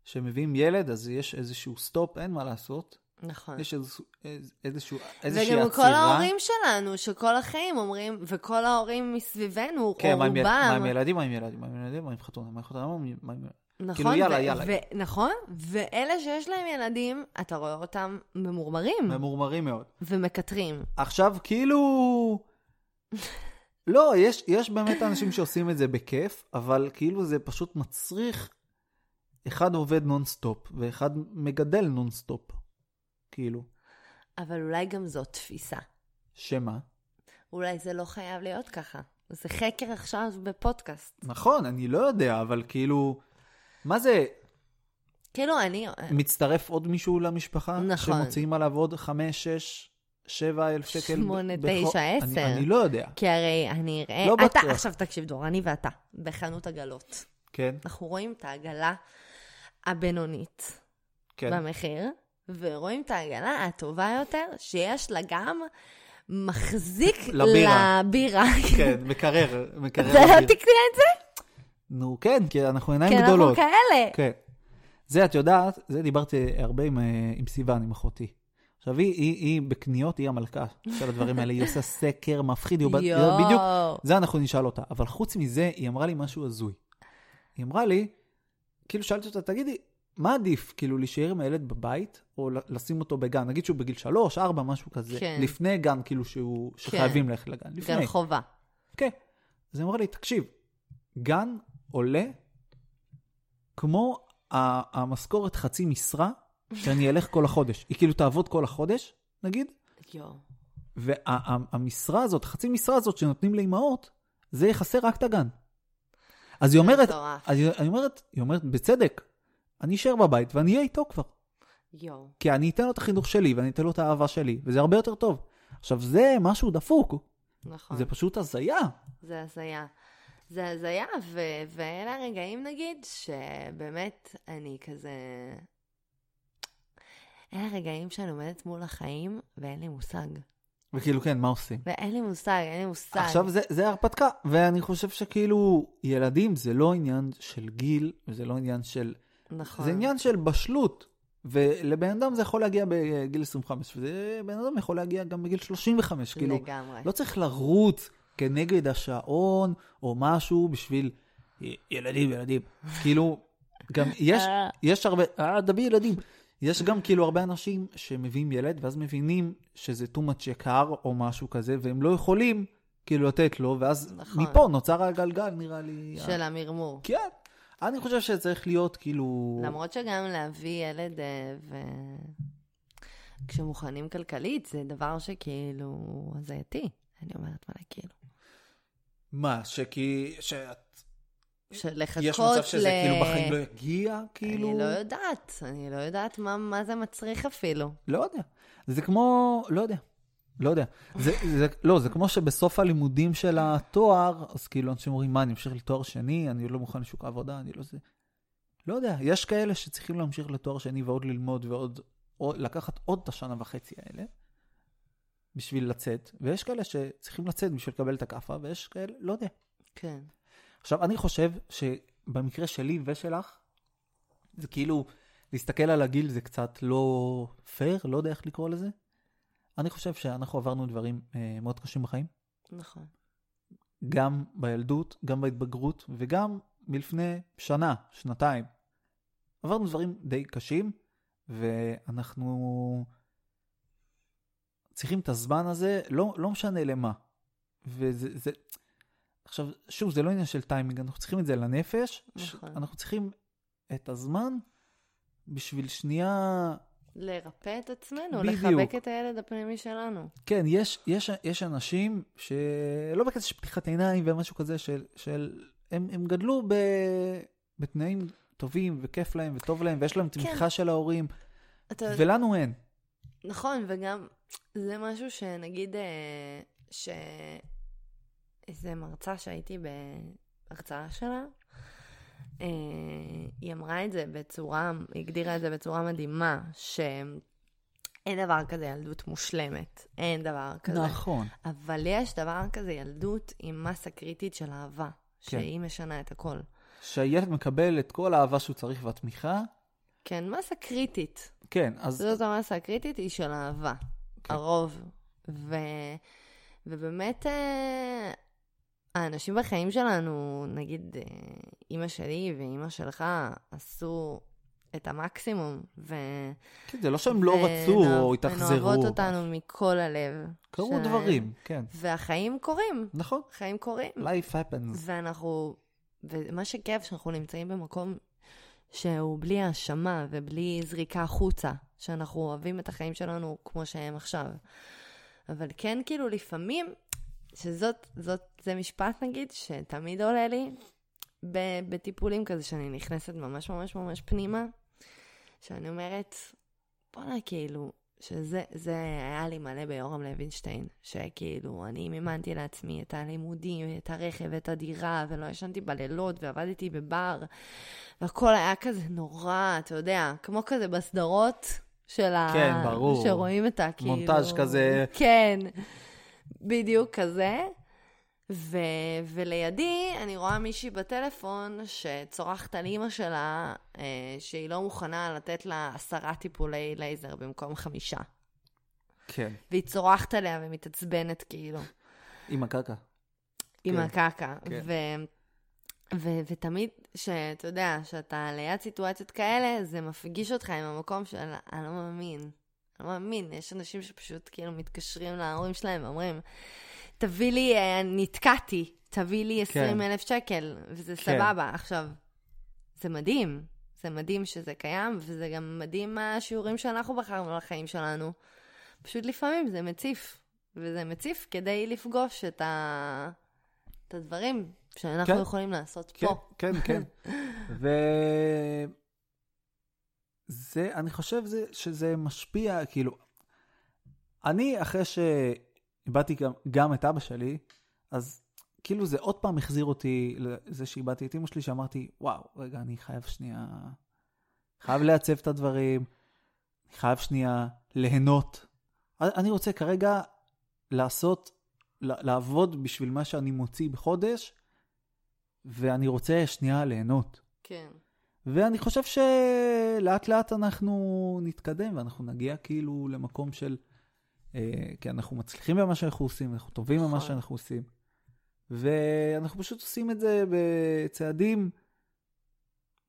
[SPEAKER 1] שמביאים ילד, אז יש איזשהו סטופ, אין מה לעשות.
[SPEAKER 2] נכון.
[SPEAKER 1] יש איזשהו, איז- איזשהו, איזושהי עצירה.
[SPEAKER 2] וגם כל ההורים שלנו, שכל החיים אומרים, וכל ההורים מסביבנו,
[SPEAKER 1] כן,
[SPEAKER 2] או
[SPEAKER 1] מה עם יל- מה
[SPEAKER 2] רובם,
[SPEAKER 1] עם ילדים, מה עם ילדים, מה עם ילדים, מה עם חתונה, מה עם חתונה, מה עם- מה עם...
[SPEAKER 2] נכון,
[SPEAKER 1] כאילו, יאללה, יאללה.
[SPEAKER 2] ו- נכון, ואלה שיש להם ילדים, אתה רואה אותם ממורמרים
[SPEAKER 1] ממורמרים מאוד.
[SPEAKER 2] ומקטרים.
[SPEAKER 1] עכשיו, כאילו... לא, יש, יש באמת אנשים שעושים את זה בכיף, אבל כאילו זה פשוט מצריך... אחד עובד נונסטופ, ואחד מגדל נונסטופ. כאילו,
[SPEAKER 2] אבל אולי גם זאת תפיסה.
[SPEAKER 1] שמה?
[SPEAKER 2] אולי זה לא חייב להיות ככה. זה חקר עכשיו בפודקאסט.
[SPEAKER 1] נכון, אני לא יודע, אבל כאילו... מה זה,
[SPEAKER 2] כאילו, אני...
[SPEAKER 1] מצטרף עוד מישהו למשפחה?
[SPEAKER 2] נכון.
[SPEAKER 1] שמוציאים עליו עוד חמש, שש, שבע אלף שקל? ב-
[SPEAKER 2] שמונה,
[SPEAKER 1] בכל-
[SPEAKER 2] תשע,
[SPEAKER 1] אני-
[SPEAKER 2] עשר.
[SPEAKER 1] אני לא יודע,
[SPEAKER 2] כי הרי אני אראה...
[SPEAKER 1] לא
[SPEAKER 2] אתה,
[SPEAKER 1] בטוח.
[SPEAKER 2] עכשיו תקשיב, דור, אני ואתה, בחנות עגלות.
[SPEAKER 1] כן,
[SPEAKER 2] אנחנו רואים את העגלה הבינונית
[SPEAKER 1] כן.
[SPEAKER 2] במחיר, ורואים את העגלה הטובה יותר, שיש לה גם מחזיק
[SPEAKER 1] לבירה.
[SPEAKER 2] לבירה.
[SPEAKER 1] כן, מקרר, מקרר.
[SPEAKER 2] אתה לא
[SPEAKER 1] אוויר.
[SPEAKER 2] תקנה את זה?
[SPEAKER 1] נו, כן, כי אנחנו
[SPEAKER 2] כי
[SPEAKER 1] עיניים
[SPEAKER 2] אנחנו
[SPEAKER 1] גדולות.
[SPEAKER 2] כאלה.
[SPEAKER 1] כן. זה, את יודעת, זה דיברתי הרבה עם, אה, עם סיוון, עם אחותי. עכשיו, היא, היא, היא בקניות, היא המלכה של הדברים האלה, היא עושה סקר מפחיד, היא יודעת- היא יודעת
[SPEAKER 2] יואו.
[SPEAKER 1] בדיוק, זה אנחנו נשאל אותה. אבל חוץ מזה, היא אמרה לי משהו הזוי. היא אמרה לי, כאילו שאלתי אותה, תגידי, מה עדיף, כאילו, להישאר עם הילד בבית, או ל- לשים אותו בגן? נגיד שהוא בגיל שלוש, ארבע, משהו כזה.
[SPEAKER 2] כן.
[SPEAKER 1] לפני גן, כאילו, שהוא, שחייבים ללכת לגן. לפני.
[SPEAKER 2] גן חובה.
[SPEAKER 1] כן. אז היא אמרה לי, תקשיב, גן עולה כמו ה- המשכורת חצי משרה שאני אלך כל החודש. היא כאילו תעבוד כל החודש, נגיד,
[SPEAKER 2] יואו.
[SPEAKER 1] והמשרה הזאת, חצי משרה הזאת שנותנים לאימהות, זה יכסה רק את הגן. אז היא אומרת,
[SPEAKER 2] מטורף.
[SPEAKER 1] אז היא היא אומרת, היא אומרת, בצדק, אני אשאר בבית ואני אהיה איתו כבר.
[SPEAKER 2] יואו.
[SPEAKER 1] כי אני אתן לו את החינוך שלי ואני אתן לו את האהבה שלי, וזה הרבה יותר טוב. עכשיו, זה משהו דפוק.
[SPEAKER 2] נכון.
[SPEAKER 1] זה פשוט הזיה.
[SPEAKER 2] זה הזיה. זה הזיה, ו- ואלה הרגעים נגיד, שבאמת אני כזה... אלה הרגעים שאני עומדת מול החיים ואין לי מושג.
[SPEAKER 1] וכאילו, כן, מה עושים?
[SPEAKER 2] ואין לי מושג, אין לי מושג.
[SPEAKER 1] עכשיו זה, זה הרפתקה, ואני חושב שכאילו, ילדים זה לא עניין של גיל, וזה לא עניין של...
[SPEAKER 2] נכון.
[SPEAKER 1] זה עניין של בשלות, ולבן אדם זה יכול להגיע בגיל 25, ובן אדם יכול להגיע גם בגיל 35, כאילו,
[SPEAKER 2] לגמרי.
[SPEAKER 1] לא צריך לרוץ כנגד השעון או משהו בשביל י- ילדים, ילדים. כאילו, גם יש,
[SPEAKER 2] אה.
[SPEAKER 1] יש הרבה, אה, דבי ילדים. יש גם כאילו הרבה אנשים שמביאים ילד ואז מבינים שזה too much יקר או משהו כזה, והם לא יכולים כאילו לתת לו, ואז
[SPEAKER 2] נכון.
[SPEAKER 1] מפה נוצר הגלגל, נראה לי.
[SPEAKER 2] של המרמור.
[SPEAKER 1] כן. אני חושב שצריך להיות כאילו...
[SPEAKER 2] למרות שגם להביא ילד אה, ו... כשמוכנים כלכלית, זה דבר שכאילו הזייתי, אני אומרת מלא כאילו.
[SPEAKER 1] מה, שכי... שאת-
[SPEAKER 2] שלחכות
[SPEAKER 1] יש מצב שזה
[SPEAKER 2] ל-
[SPEAKER 1] כאילו בחיים לא יגיע, כאילו...
[SPEAKER 2] אני לא יודעת, אני לא יודעת מה, מה זה מצריך אפילו.
[SPEAKER 1] לא יודע. זה כמו, לא יודע. לא יודע. זה, זה, לא, זה כמו שבסוף הלימודים של התואר, אז כאילו אנשים אומרים, מה, אני אמשיך לתואר שני, אני לא מוכן לשוק העבודה, אני לא זה. לא יודע, יש כאלה שצריכים להמשיך לתואר שני ועוד ללמוד ועוד, או, לקחת עוד את השנה וחצי האלה, בשביל לצאת, ויש כאלה שצריכים לצאת בשביל לקבל את הכאפה, ויש כאלה, לא יודע.
[SPEAKER 2] כן.
[SPEAKER 1] עכשיו, אני חושב שבמקרה שלי ושלך, זה כאילו, להסתכל על הגיל זה קצת לא פייר, לא יודע איך לקרוא לזה. אני חושב שאנחנו עברנו דברים אה, מאוד קשים בחיים,
[SPEAKER 2] נכון.
[SPEAKER 1] גם בילדות, גם בהתבגרות, וגם מלפני שנה, שנתיים. עברנו דברים די קשים, ואנחנו צריכים את הזמן הזה, לא, לא משנה למה. וזה... זה... עכשיו, שוב, זה לא עניין של טיימינג, אנחנו צריכים את זה לנפש.
[SPEAKER 2] נכון.
[SPEAKER 1] אנחנו צריכים את הזמן בשביל שנייה...
[SPEAKER 2] לרפא את עצמנו,
[SPEAKER 1] בדיוק.
[SPEAKER 2] לחבק את הילד הפנימי שלנו.
[SPEAKER 1] כן, יש, יש, יש אנשים שלא בקטע של פתיחת עיניים ומשהו כזה, של, של הם, הם גדלו ב, בתנאים טובים וכיף להם וטוב להם, ויש להם תמיכה של ההורים,
[SPEAKER 2] אתה יודע,
[SPEAKER 1] ולנו אין.
[SPEAKER 2] נכון, וגם זה משהו שנגיד, אה, ש... איזה מרצה שהייתי בהרצאה שלה, אה, היא אמרה את זה בצורה, היא הגדירה את זה בצורה מדהימה, שאין דבר כזה ילדות מושלמת, אין דבר כזה.
[SPEAKER 1] נכון.
[SPEAKER 2] אבל יש דבר כזה ילדות עם מסה קריטית של אהבה,
[SPEAKER 1] כן.
[SPEAKER 2] שהיא משנה את הכל.
[SPEAKER 1] שהילד מקבל את כל האהבה שהוא צריך והתמיכה,
[SPEAKER 2] כן, מסה קריטית.
[SPEAKER 1] כן, אז
[SPEAKER 2] זאת המסה הקריטית היא של אהבה,
[SPEAKER 1] כן.
[SPEAKER 2] הרוב. ו... ובאמת, אה, האנשים בחיים שלנו, נגיד אה, אימא שלי ואימא שלך, עשו את המקסימום, ו...
[SPEAKER 1] כן, זה לא שהם לא
[SPEAKER 2] ו-
[SPEAKER 1] רצו
[SPEAKER 2] הן
[SPEAKER 1] או
[SPEAKER 2] אוהב- הן
[SPEAKER 1] התאכזרו.
[SPEAKER 2] אוהבות אותנו מכל הלב.
[SPEAKER 1] קרו
[SPEAKER 2] שלהם.
[SPEAKER 1] דברים, כן.
[SPEAKER 2] והחיים קורים,
[SPEAKER 1] נכון.
[SPEAKER 2] חיים קורים.
[SPEAKER 1] Life happens.
[SPEAKER 2] ואנחנו, ומה שכיף, שאנחנו נמצאים במקום שהוא בלי האשמה ובלי זריקה החוצה, שאנחנו אוהבים את החיים שלנו כמו שהם עכשיו. אבל כן, כאילו, לפעמים, שזאת, זאת, זה משפט, נגיד, שתמיד עולה לי ב- בטיפולים כזה, שאני נכנסת ממש ממש ממש פנימה, שאני אומרת, בואנה, כאילו, שזה זה היה לי מלא ביורם לוינשטיין, שכאילו, אני מימנתי לעצמי את הלימודים, את הרכב, את הדירה, ולא ישנתי בלילות, ועבדתי בבר, והכל היה כזה נורא, אתה יודע, כמו כזה בסדרות של ה...
[SPEAKER 1] כן, ברור.
[SPEAKER 2] שרואים את ה... כאילו...
[SPEAKER 1] מונטאז' כזה.
[SPEAKER 2] כן, בדיוק כזה. ו... ולידי, אני רואה מישהי בטלפון שצורחת על אימא שלה אה, שהיא לא מוכנה לתת לה עשרה טיפולי לייזר במקום חמישה.
[SPEAKER 1] כן,
[SPEAKER 2] והיא צורחת עליה ומתעצבנת כאילו,
[SPEAKER 1] עם הקרקע.
[SPEAKER 2] עם
[SPEAKER 1] כן,
[SPEAKER 2] הקקה.
[SPEAKER 1] כן.
[SPEAKER 2] ו... ו... ותמיד, שאתה יודע, שאתה ליד סיטואציות כאלה, זה מפגיש אותך עם המקום של אני לא מאמין. לא מאמין, יש אנשים שפשוט כאילו מתקשרים להורים שלהם ואומרים, תביא לי, אה, נתקעתי, תביא לי 20 אלף שקל, וזה
[SPEAKER 1] כן.
[SPEAKER 2] סבבה. עכשיו, זה מדהים, זה מדהים שזה קיים, וזה גם מדהים מה השיעורים שאנחנו בחרנו לחיים שלנו. פשוט לפעמים זה מציף, וזה מציף כדי לפגוש את, ה... את הדברים שאנחנו
[SPEAKER 1] כן.
[SPEAKER 2] יכולים לעשות
[SPEAKER 1] כן,
[SPEAKER 2] פה.
[SPEAKER 1] כן, כן. ו... זה, אני חושב זה, שזה משפיע, כאילו, אני אחרי ש... איבדתי גם, גם את אבא שלי, אז כאילו זה עוד פעם החזיר אותי לזה שאיבדתי את אמא שלי, שאמרתי, וואו, רגע, אני חייב שנייה, חייב לעצב את הדברים, אני חייב שנייה ליהנות. אני רוצה כרגע לעשות, לע- לעבוד בשביל מה שאני מוציא בחודש, ואני רוצה שנייה ליהנות.
[SPEAKER 2] כן.
[SPEAKER 1] ואני חושב שלאט לאט אנחנו נתקדם ואנחנו נגיע כאילו למקום של... אה, כי אנחנו מצליחים במה שאנחנו עושים, אנחנו טובים במה
[SPEAKER 2] נכון.
[SPEAKER 1] שאנחנו עושים. ואנחנו פשוט עושים את זה בצעדים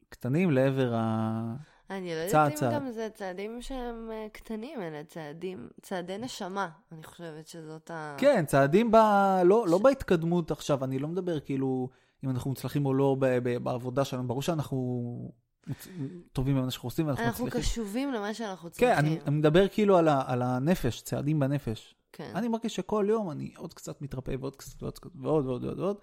[SPEAKER 1] קטנים לעבר ה...
[SPEAKER 2] אני לא
[SPEAKER 1] צעד,
[SPEAKER 2] יודעת אם
[SPEAKER 1] צעד.
[SPEAKER 2] גם זה צעדים שהם אה, קטנים, אלה צעדים, צעדי נשמה. אני חושבת שזאת ה...
[SPEAKER 1] כן, צעדים ב... לא, לא בהתקדמות עכשיו, אני לא מדבר כאילו אם אנחנו מוצלחים או לא ב- ב- בעבודה שלנו, ברור שאנחנו מצ- טובים במה שאנחנו עושים ואנחנו
[SPEAKER 2] אנחנו
[SPEAKER 1] מצליחים.
[SPEAKER 2] קשובים למה שאנחנו
[SPEAKER 1] כן,
[SPEAKER 2] צריכים.
[SPEAKER 1] אני, אני מדבר כאילו על, ה, על הנפש, צעדים בנפש.
[SPEAKER 2] כן.
[SPEAKER 1] אני מרגיש שכל יום אני עוד קצת מתרפא ועוד קצת ועוד קצת ועוד ועוד ועוד ועוד.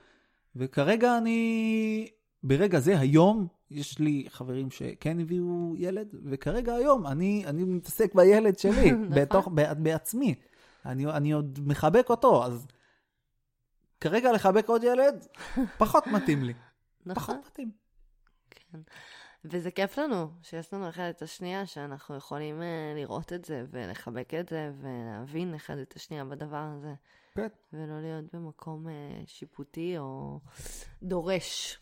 [SPEAKER 1] וכרגע אני, ברגע זה היום, יש לי חברים שכן הביאו ילד, וכרגע היום אני, אני מתעסק בילד שלי,
[SPEAKER 2] נכון.
[SPEAKER 1] בתוך, ב, בעצמי. אני, אני עוד מחבק אותו, אז כרגע לחבק עוד ילד, פחות מתאים לי. פחות
[SPEAKER 2] נכון.
[SPEAKER 1] מתאים.
[SPEAKER 2] וזה כיף לנו, שיש לנו אחד את השנייה, שאנחנו יכולים אה, לראות את זה ולחבק את זה ולהבין אחד את השנייה בדבר הזה,
[SPEAKER 1] כן.
[SPEAKER 2] ולא להיות במקום אה, שיפוטי או דורש.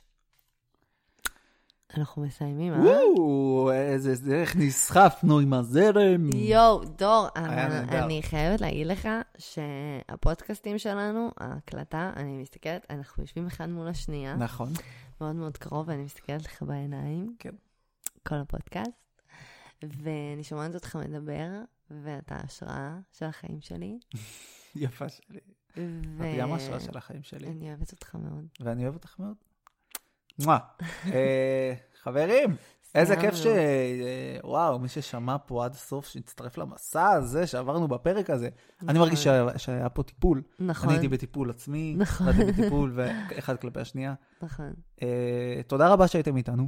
[SPEAKER 2] אנחנו מסיימים, אה?
[SPEAKER 1] וואו, איזה, זה- איך נסחפנו עם הזרם.
[SPEAKER 2] יואו, דור,
[SPEAKER 1] היה
[SPEAKER 2] אבל
[SPEAKER 1] נהדר.
[SPEAKER 2] אני חייבת להגיד לך שהפודקאסטים שלנו, ההקלטה, אני מסתכלת, אנחנו יושבים אחד מול השנייה,
[SPEAKER 1] נכון.
[SPEAKER 2] מאוד מאוד קרוב, ואני מסתכלת לך בעיניים.
[SPEAKER 1] כן.
[SPEAKER 2] כל הפודקאסט, ואני שומעת אותך מדבר, ואתה השראה של החיים שלי.
[SPEAKER 1] יפה שלי.
[SPEAKER 2] ו... כן.
[SPEAKER 1] את גם השראה של החיים שלי.
[SPEAKER 2] אני אוהבת אותך מאוד.
[SPEAKER 1] ואני אוהב אותך מאוד. מואה. אה, חברים, איזה כיף ש...
[SPEAKER 2] סיימנו.
[SPEAKER 1] אה, וואו, מי ששמע פה עד הסוף, שהצטרף למסע הזה שעברנו בפרק הזה. אני מרגיש שהיה- שהיה פה טיפול.
[SPEAKER 2] נכון,
[SPEAKER 1] אני הייתי בטיפול עצמי,
[SPEAKER 2] נכון.
[SPEAKER 1] ואתם בטיפול, ואחד כלפי השנייה.
[SPEAKER 2] נכון.
[SPEAKER 1] אה, תודה רבה שהייתם איתנו.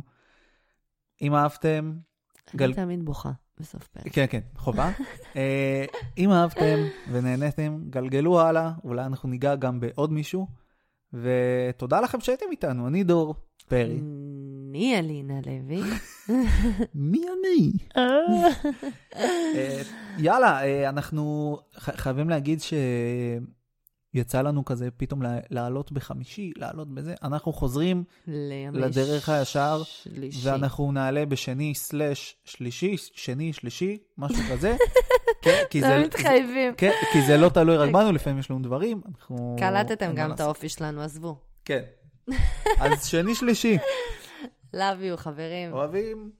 [SPEAKER 1] אם אהבתם, גל-
[SPEAKER 2] אני תמיד בוכה בסוף פרק.
[SPEAKER 1] כן, כן, חובה. אה, אם אהבתם ונהניתם, גלגלו הלאה, אולי אנחנו ניגע גם בעוד מישהו. ותודה לכם שהייתם איתנו, אני דור פרי.
[SPEAKER 2] אני אלינה לוי.
[SPEAKER 1] מי אני? אה, יאללה, אה, אנחנו ח- חייבים להגיד שיצא לנו כזה פתאום לה- לעלות בחמישי, לעלות בזה. אנחנו חוזרים,
[SPEAKER 2] לימי
[SPEAKER 1] לדרך הישר,
[SPEAKER 2] שלישי.
[SPEAKER 1] ואנחנו נעלה בשני סלש שלישי, שני, שלישי, משהו כזה. כן, כי
[SPEAKER 2] לא
[SPEAKER 1] זה-
[SPEAKER 2] מתחייבים.
[SPEAKER 1] כן, כי זה לא תלוי רק בנו, לפעמים יש לנו דברים, אנחנו...
[SPEAKER 2] אוקיי. קלטתם
[SPEAKER 1] אין מה
[SPEAKER 2] גם את
[SPEAKER 1] לעשות.
[SPEAKER 2] האופי שלנו, עזבו.
[SPEAKER 1] כן. אז שני שלישי,
[SPEAKER 2] Love you, חברים.
[SPEAKER 1] אוהבים.